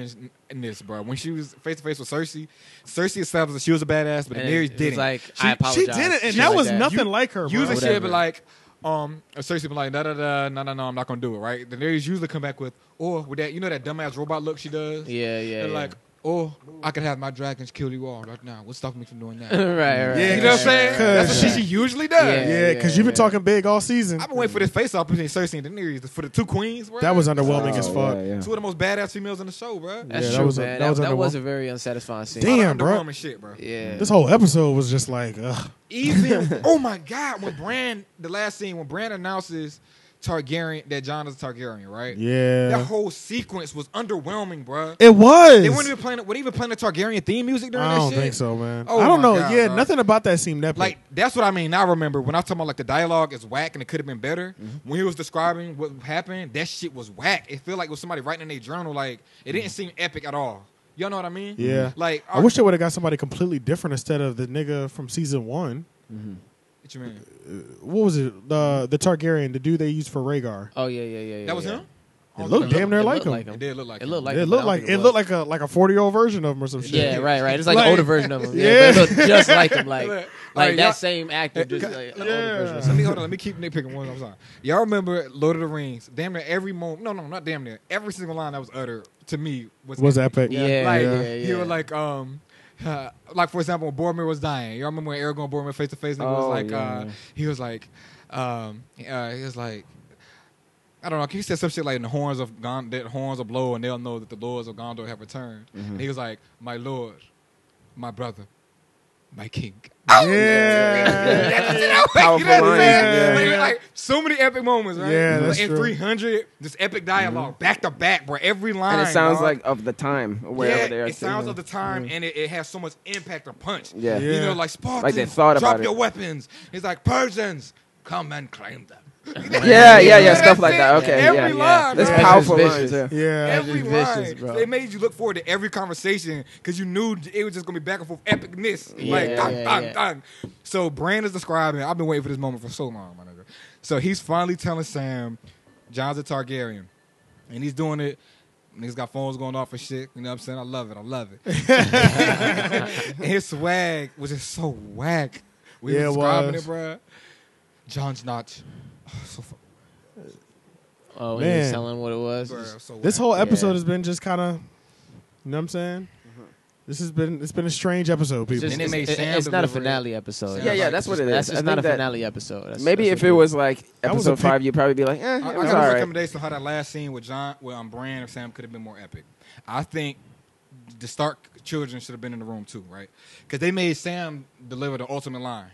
Speaker 4: Targaryenness, bro. When she was face to face with Cersei, Cersei established that she was a badass, but
Speaker 3: And
Speaker 4: Daenerys
Speaker 3: it was
Speaker 4: didn't.
Speaker 3: like,
Speaker 4: she,
Speaker 3: I apologize.
Speaker 1: She did it,
Speaker 3: Shit
Speaker 1: and that
Speaker 3: like
Speaker 1: was nothing like her. Bro.
Speaker 4: usually
Speaker 3: Whatever.
Speaker 4: she'll be like, um, Cersei be like, no, no, no, no, no, no, I'm not gonna do it, right? Daenerys usually come back with, or with that, you know, that dumbass robot look she does.
Speaker 3: Yeah, yeah,
Speaker 4: And
Speaker 3: yeah.
Speaker 4: like, or I could have my dragons kill you all right now. What's stopping me from doing that?
Speaker 3: right, right.
Speaker 1: Yeah,
Speaker 4: You
Speaker 3: right,
Speaker 4: know what I'm
Speaker 1: yeah,
Speaker 4: saying?
Speaker 1: yeah,
Speaker 4: That's what
Speaker 1: yeah.
Speaker 4: she, she usually does.
Speaker 3: Yeah.
Speaker 1: yeah, because you've been
Speaker 3: yeah.
Speaker 1: talking big all season.
Speaker 4: I've been waiting for this face off between Cersei and Daenerys for the two queens. Bro.
Speaker 1: That was underwhelming
Speaker 2: Oh,
Speaker 1: as fuck.
Speaker 2: yeah, yeah.
Speaker 4: Two of the most badass females in the show, bro.
Speaker 3: That's
Speaker 1: Yeah, that
Speaker 3: true,
Speaker 1: was a-
Speaker 3: man.
Speaker 1: that was
Speaker 3: That, that
Speaker 1: underwhelming.
Speaker 3: was a very unsatisfying scene.
Speaker 1: Damn. bro.
Speaker 4: Underwhelming shit, bro.
Speaker 3: Yeah.
Speaker 1: This whole episode was just like, ugh.
Speaker 4: Even oh my god, when Bran the last scene when Bran announces Targaryen that John is a Targaryen, right? That
Speaker 1: yeah,
Speaker 4: whole sequence was underwhelming, bro.
Speaker 1: it was.
Speaker 4: They weren't even playing. Were they even playing the Targaryen theme music during
Speaker 1: I
Speaker 4: that
Speaker 1: don't
Speaker 4: shit?
Speaker 1: think so, man.
Speaker 4: Oh
Speaker 1: I don't
Speaker 4: my
Speaker 1: know.
Speaker 4: God,
Speaker 1: yeah,
Speaker 4: bro.
Speaker 1: nothing about that seemed epic.
Speaker 4: Like that's what I mean. I remember when I was talking about like the dialogue is whack and it could have been better. When he was describing what happened, that shit was whack. It felt like it was somebody writing in their journal. Like it didn't seem epic at all. Y'all know what I mean? Mm-hmm.
Speaker 1: Yeah.
Speaker 4: Like
Speaker 1: I wish they would have got somebody completely different instead of the nigga from season one.
Speaker 4: What you mean?
Speaker 1: What was it? The the Targaryen, the dude they used for Rhaegar.
Speaker 3: Oh yeah, yeah, yeah. yeah
Speaker 4: That was
Speaker 3: yeah.
Speaker 4: him.
Speaker 1: It looked damn near
Speaker 3: It
Speaker 1: like
Speaker 3: looked
Speaker 1: him.
Speaker 4: Oh, It did look like
Speaker 3: It
Speaker 4: him.
Speaker 3: looked like
Speaker 1: it
Speaker 3: him,
Speaker 1: looked
Speaker 3: but I
Speaker 1: like
Speaker 3: don't
Speaker 1: it
Speaker 3: think
Speaker 1: looked like
Speaker 3: was.
Speaker 1: a like a forty year old version of him or some shit.
Speaker 3: Yeah, right, right. It's like, an
Speaker 1: Like-
Speaker 3: older version of him. Yeah, but it looked just like him. Like,
Speaker 4: Look,
Speaker 3: like,
Speaker 4: like, y'all-
Speaker 3: that same actor, just like an
Speaker 1: Yeah.
Speaker 3: older version. Of
Speaker 4: Let
Speaker 3: him.
Speaker 4: me hold on. Let me keep nitpicking one. I'm sorry. Y'all remember Lord of the Rings? Damn near every moment. No, no, not damn near. Every single line that was uttered to me was
Speaker 1: Was epic.
Speaker 3: Yeah,
Speaker 4: like
Speaker 3: yeah, yeah.
Speaker 4: you were like um. uh, like for example, when Boromir was dying. Y'all remember when Aragorn and Boromir face to face? and It was
Speaker 2: Oh,
Speaker 4: like
Speaker 2: yeah.
Speaker 4: uh, he was like, um, uh, he was like, I don't know. He said some shit like the horns of Gon- that horns will blow, and they'll know that the lords of Gondor have returned. And he was like, my lord, my brother, my king.
Speaker 1: Yeah. yeah.
Speaker 4: Powerful you know what I'm
Speaker 2: lines,
Speaker 4: saying?
Speaker 1: yeah,
Speaker 4: Like,
Speaker 1: yeah.
Speaker 4: like, so many epic moments, right?
Speaker 1: Yeah, that's
Speaker 4: and
Speaker 1: true.
Speaker 4: 300, this epic dialog back to back, bro. Every line.
Speaker 2: And it sounds
Speaker 4: dog.
Speaker 2: like of the time wherever
Speaker 4: yeah,
Speaker 2: they are.
Speaker 4: it sounds
Speaker 2: too.
Speaker 4: of the time, and it, it has so much impact and punch.
Speaker 2: Yeah.
Speaker 1: Yeah.
Speaker 4: you know, like Spartans,
Speaker 2: Like they thought
Speaker 4: drop
Speaker 2: about it.
Speaker 4: your weapons. He's like Persians, come and claim them.
Speaker 2: yeah, yeah, yeah,
Speaker 4: That's
Speaker 2: stuff like that.
Speaker 4: it.
Speaker 2: Okay,
Speaker 4: every
Speaker 2: yeah.
Speaker 4: line,
Speaker 2: That's
Speaker 4: bro.
Speaker 1: Yeah.
Speaker 2: powerful
Speaker 3: Vicious.
Speaker 2: lines. Yeah.
Speaker 4: Every
Speaker 3: Vicious,
Speaker 4: line,
Speaker 3: bro.
Speaker 4: they made you look forward to every conversation because you knew it was just gonna be back and forth epicness, like
Speaker 3: yeah,
Speaker 4: dang,
Speaker 3: yeah,
Speaker 4: dang,
Speaker 3: yeah.
Speaker 4: dang. So Brand is describing. I've been waiting for this moment for so long, my nigga. So he's finally telling Sam, John's a Targaryen, and he's doing it. Niggas got phones going off and shit. You know what I'm saying? I love it. I love it. His swag was just so whack. We
Speaker 1: Yeah, it
Speaker 4: were describing
Speaker 1: was.
Speaker 4: it, bruh. John's not so fucking
Speaker 3: Oh, he was
Speaker 1: Man.
Speaker 3: telling what it was.
Speaker 4: bruh, so
Speaker 1: This
Speaker 4: whack.
Speaker 1: whole episode
Speaker 3: Yeah.
Speaker 1: has been just kind of, you know what I'm saying? This has been it's been a strange episode, people.
Speaker 3: Just-
Speaker 4: And they
Speaker 3: it's,
Speaker 4: made
Speaker 3: it's-
Speaker 4: Sam
Speaker 3: it's not a
Speaker 4: deliver it.
Speaker 3: finale episode.
Speaker 2: Yeah, yeah, that's what it is.
Speaker 3: That's
Speaker 2: I
Speaker 3: it's not
Speaker 2: think
Speaker 3: a
Speaker 2: that-
Speaker 3: finale episode. That's-
Speaker 2: Maybe
Speaker 3: that's
Speaker 2: if
Speaker 3: what
Speaker 2: it was like
Speaker 1: That was a
Speaker 2: episode
Speaker 1: pic-
Speaker 2: five, you'd probably be like, eh,
Speaker 4: I, I
Speaker 2: it
Speaker 4: got
Speaker 2: was
Speaker 4: a
Speaker 2: all right.
Speaker 4: recommendation how that last scene with John, with um, Bran and Sam could have been more epic. I think the Stark children should have been in the room too, right? Because they made Sam deliver the ultimate line.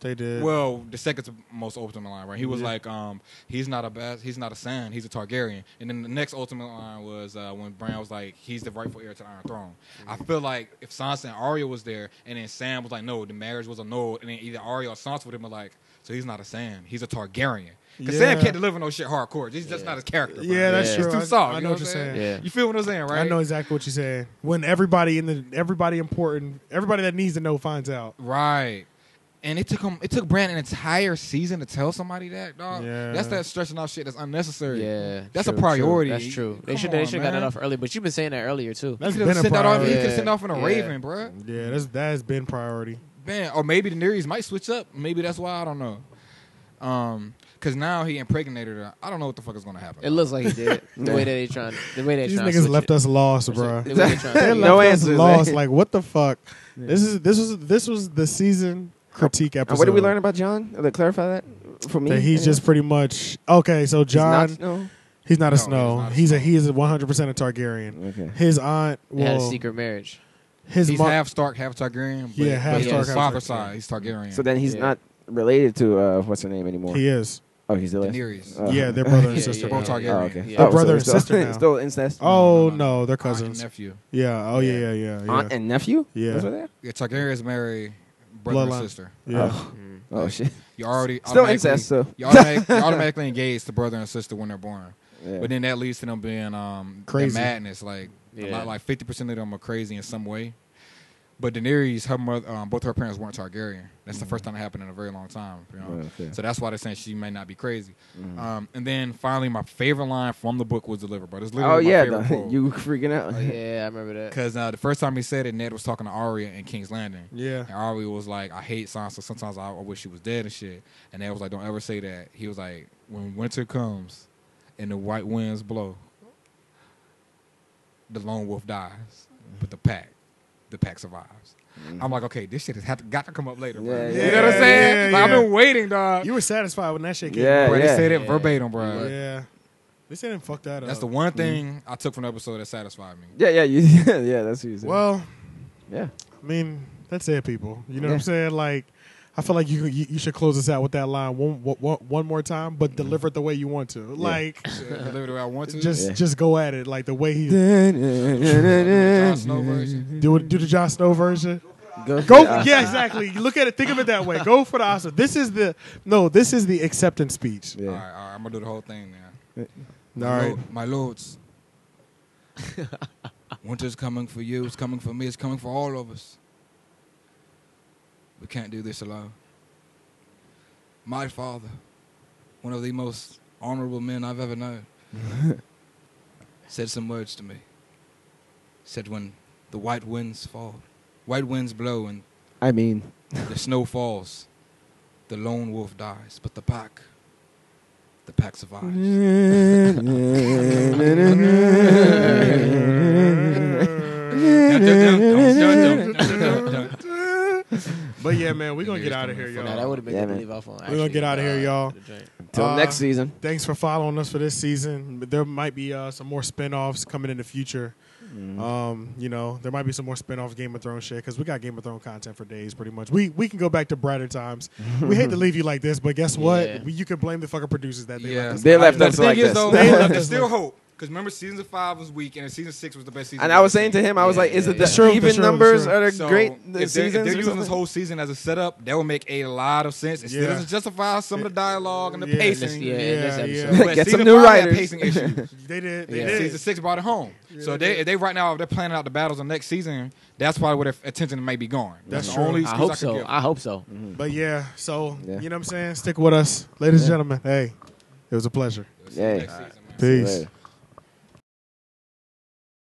Speaker 1: they did.
Speaker 4: Well, the second to most ultimate line, right? He was
Speaker 1: Yeah.
Speaker 4: like, um, "He's not a bas- he's not a son, he's a Targaryen." And then the next ultimate line was uh, when Bran was like, "He's the rightful heir to the Iron Throne." I
Speaker 1: Mm-hmm.
Speaker 4: feel like if Sansa and Arya was there, and then Sam was like, "No, the marriage was annulled," and then either Arya or Sansa would have been like, "So he's not a Sam, he's a Targaryen." Because Sam
Speaker 1: Yeah.
Speaker 4: can't deliver no shit hardcore. He's just not his character. bro.
Speaker 1: yeah, that's
Speaker 3: Yeah.
Speaker 1: true.
Speaker 4: It's too
Speaker 1: I-
Speaker 4: soft.
Speaker 1: I,
Speaker 4: you
Speaker 1: know what you're saying.
Speaker 3: Yeah.
Speaker 4: You feel what I'm saying, right?
Speaker 1: I know exactly what you're saying. When everybody in the everybody important, everybody that needs to know finds out.
Speaker 4: Right. And it took him. It took Brand an entire season to tell somebody that, dog.
Speaker 1: Yeah.
Speaker 4: That's that stretching out shit that's unnecessary.
Speaker 3: Yeah,
Speaker 4: That's a
Speaker 3: true,
Speaker 4: priority.
Speaker 3: True. That's true. They
Speaker 4: Come
Speaker 3: should they
Speaker 4: on,
Speaker 3: should have got
Speaker 4: man.
Speaker 3: it off early, but you've been saying that earlier too.
Speaker 1: That's
Speaker 4: he could
Speaker 1: been
Speaker 4: have
Speaker 1: a
Speaker 4: sent that off. He
Speaker 1: priority.
Speaker 4: could have sent off in a
Speaker 3: Yeah.
Speaker 4: Raven, bruh.
Speaker 1: Yeah, that's that has been priority.
Speaker 4: Man, or maybe the Daenerys might switch up. Maybe that's why I don't know. Um, cause now he impregnated her. I don't know what the fuck is gonna happen.
Speaker 3: It looks like he did the way that they trying the way they
Speaker 1: These
Speaker 3: trying to
Speaker 1: niggas
Speaker 3: switch
Speaker 1: left
Speaker 3: it.
Speaker 1: us lost,
Speaker 3: The way
Speaker 1: bro.
Speaker 3: they trying to-
Speaker 1: They left
Speaker 2: No
Speaker 1: us
Speaker 2: answers, eh?
Speaker 1: lost. Like what the fuck? This is this was this was the season critique episode.
Speaker 2: And what did we learn about John? Uh, To clarify that for me,
Speaker 1: That he's
Speaker 2: anyway.
Speaker 1: just pretty much okay. So
Speaker 2: He's not-
Speaker 1: John,
Speaker 2: no?
Speaker 1: he's not,
Speaker 4: No,
Speaker 1: a
Speaker 4: he's
Speaker 1: snow.
Speaker 4: not a
Speaker 1: He's a
Speaker 4: Snow.
Speaker 1: he is 100 percent a Targaryen.
Speaker 2: Okay.
Speaker 1: His aunt,
Speaker 3: They had a
Speaker 1: well,
Speaker 3: secret marriage.
Speaker 1: his
Speaker 4: he's
Speaker 1: mom.
Speaker 4: half Stark, half Targaryen. But,
Speaker 1: Yeah, half
Speaker 4: but
Speaker 3: Stark,
Speaker 4: his
Speaker 1: half
Speaker 4: father's
Speaker 1: Targaryen.
Speaker 4: side, he's Targaryen.
Speaker 2: So then he's
Speaker 3: Yeah.
Speaker 2: not related to uh, what's her name anymore.
Speaker 1: he is.
Speaker 2: Oh, he's the last.
Speaker 4: Daenerys.
Speaker 2: Uh,
Speaker 1: yeah, their brother and
Speaker 3: Yeah,
Speaker 1: sister.
Speaker 3: yeah,
Speaker 1: both
Speaker 4: Both
Speaker 3: yeah.
Speaker 1: are
Speaker 4: Targaryen.
Speaker 1: gay.
Speaker 2: Oh, okay.
Speaker 3: Yeah.
Speaker 2: Oh,
Speaker 1: Brother
Speaker 2: so
Speaker 1: and
Speaker 2: it's still-
Speaker 1: sister now.
Speaker 2: still incest.
Speaker 1: Oh
Speaker 4: No, no,
Speaker 1: no, they're
Speaker 4: Aunt and
Speaker 1: cousins.
Speaker 4: nephew.
Speaker 1: Yeah. Oh yeah, yeah, yeah. yeah.
Speaker 2: Aunt and nephew.
Speaker 1: Yeah.
Speaker 2: That's what they are?
Speaker 4: Yeah, Targaryens marry brother
Speaker 1: Bloodline.
Speaker 4: and sister.
Speaker 1: yeah.
Speaker 2: Oh.
Speaker 3: Mm.
Speaker 2: Oh shit.
Speaker 4: You already
Speaker 2: Still
Speaker 4: automatically-
Speaker 2: incest. So
Speaker 4: You automatic, you're automatically engaged to brother and sister when they're born.
Speaker 2: yeah.
Speaker 4: But then that leads to them being um that
Speaker 1: Crazy.
Speaker 4: madness. Like a
Speaker 3: Yeah.
Speaker 4: lot, like fifty percent of them are crazy in some way. But Daenerys, her mother, um, both her parents weren't Targaryen. That's the first time it happened in a very long time. You know,
Speaker 2: Mm-hmm. Yeah, Oh, okay.
Speaker 4: so that's why they're saying she may not be crazy.
Speaker 2: Mhm.
Speaker 4: Um, and then finally, my favorite line from the book was delivered, bro. It's literally
Speaker 2: oh
Speaker 4: my
Speaker 2: yeah,
Speaker 4: favorite
Speaker 2: the-
Speaker 4: quote.
Speaker 2: you freaking out.
Speaker 3: Oh, yeah, I remember that.
Speaker 4: Because uh, the first time he said it, Ned was talking to Arya in King's Landing.
Speaker 1: Yeah.
Speaker 4: And Arya was like, I hate Sansa. Sometimes I, I wish she was dead and shit. And Ned was like, don't ever say that. He was like, when winter comes and the white winds blow, the lone wolf dies, but the pack, the pack survives.
Speaker 2: Mhm.
Speaker 4: I'm like, okay, this shit has had to, got to come up later, bro.
Speaker 2: Yeah,
Speaker 4: You know what I'm
Speaker 1: yeah,
Speaker 4: saying?
Speaker 1: yeah,
Speaker 4: Like,
Speaker 1: yeah.
Speaker 4: I've been waiting, dog.
Speaker 1: You were satisfied when that shit came.
Speaker 2: Yeah,
Speaker 4: bro, they
Speaker 2: yeah.
Speaker 4: said it
Speaker 3: Yeah.
Speaker 4: verbatim, bro.
Speaker 1: out. yeah. They said didn't fuck that
Speaker 4: That's the
Speaker 1: up.
Speaker 4: one thing I took from the episode that satisfied me.
Speaker 2: Yeah, yeah, you, yeah. That's what you said.
Speaker 1: Well,
Speaker 2: yeah,
Speaker 1: I mean, that's it, people. You know what
Speaker 2: Yeah.
Speaker 1: I'm saying? Like, I feel like you you, you should close this out with that line one one- one- one more time,
Speaker 2: Mm-hmm.
Speaker 1: but deliver it the way you want to. Like,
Speaker 4: Shit, deliver the way I want to.
Speaker 1: just
Speaker 2: Yeah.
Speaker 1: just go at it like the way he
Speaker 4: Jon Snow version.
Speaker 1: do it. Do the Jon Snow version.
Speaker 2: go,
Speaker 1: Go,
Speaker 2: for it.
Speaker 1: yeah, exactly. You Look at it. Think of it that way. Go for the Oscar. This is the no. This is the acceptance speech.
Speaker 2: Yeah.
Speaker 4: All right, all right. I'm gonna do the whole thing now.
Speaker 1: All right.
Speaker 4: my lords. Winter's coming for you. It's coming for me. It's coming for all of us. We can't do this alone. My father, one of the most honorable men I've ever known, said some words to me. Said when the white winds fall, white winds blow, and
Speaker 2: I mean,
Speaker 4: the snow falls. The lone wolf dies, but the pack, the pack survives. That's
Speaker 1: But yeah, man, we're gonna get out of here,
Speaker 3: Nah, that
Speaker 1: y'all.
Speaker 3: would have been
Speaker 2: Yeah,
Speaker 3: yeah,
Speaker 2: man.
Speaker 3: leave off on. uh,
Speaker 1: gonna get outta here, y'all.
Speaker 2: till
Speaker 1: Uh,
Speaker 2: next season.
Speaker 1: Thanks for following us for this season. There might be uh, some more spin-offs coming in the future. Um, you know, there might be some more spin-off Game of Thrones shit because we got Game of Thrones content for days, pretty much. We we can go back to brighter times. we hate to leave you like this, but guess what?
Speaker 3: Yeah.
Speaker 1: We, you can blame the fucking producers that they left us
Speaker 2: They left
Speaker 4: the
Speaker 2: us
Speaker 4: thing
Speaker 2: like
Speaker 4: is,
Speaker 2: this.
Speaker 4: Though,
Speaker 1: They left
Speaker 4: there's
Speaker 1: us
Speaker 4: still
Speaker 1: like-
Speaker 4: hope because remember, season five was weak, and season six was the best season.
Speaker 2: And I was saying to him, I was
Speaker 3: Yeah,
Speaker 2: like, "Is
Speaker 3: yeah,
Speaker 2: it
Speaker 3: yeah.
Speaker 2: the
Speaker 1: That's true,
Speaker 2: even
Speaker 1: that's true, that's
Speaker 2: numbers
Speaker 1: true.
Speaker 2: are the
Speaker 4: So,
Speaker 2: great
Speaker 4: if
Speaker 2: the
Speaker 4: they're, if
Speaker 2: seasons?"
Speaker 4: they're
Speaker 2: or
Speaker 4: using this
Speaker 2: something?
Speaker 4: whole season as a setup, that will make a lot of sense. It still
Speaker 1: Yeah.
Speaker 4: doesn't justify some of the dialogue and the
Speaker 1: Yeah. And
Speaker 3: this-
Speaker 4: pacing.
Speaker 3: yeah, in this
Speaker 1: Yeah,
Speaker 3: episode.
Speaker 1: yeah.
Speaker 4: But
Speaker 2: Get
Speaker 4: season
Speaker 2: some new
Speaker 4: five had
Speaker 2: writers.
Speaker 4: pacing issues.
Speaker 1: They did. They
Speaker 3: Yeah.
Speaker 1: did.
Speaker 4: Season six brought it home. so
Speaker 1: they
Speaker 4: they,
Speaker 1: did.
Speaker 4: if they right now if they're planning out the battles of next season, that's probably where their attention may be going.
Speaker 1: That's
Speaker 4: the
Speaker 1: true.
Speaker 4: only
Speaker 3: I
Speaker 4: excuse
Speaker 3: hope
Speaker 4: could
Speaker 3: so.
Speaker 4: give.
Speaker 3: I hope so.
Speaker 2: Mm-hmm.
Speaker 1: But yeah, so
Speaker 2: Yeah.
Speaker 1: you know what I'm saying? Stick with us. Ladies and gentlemen, hey, it was a pleasure.
Speaker 4: See you
Speaker 2: Yeah.
Speaker 4: next season, man.
Speaker 1: Peace.
Speaker 2: Later.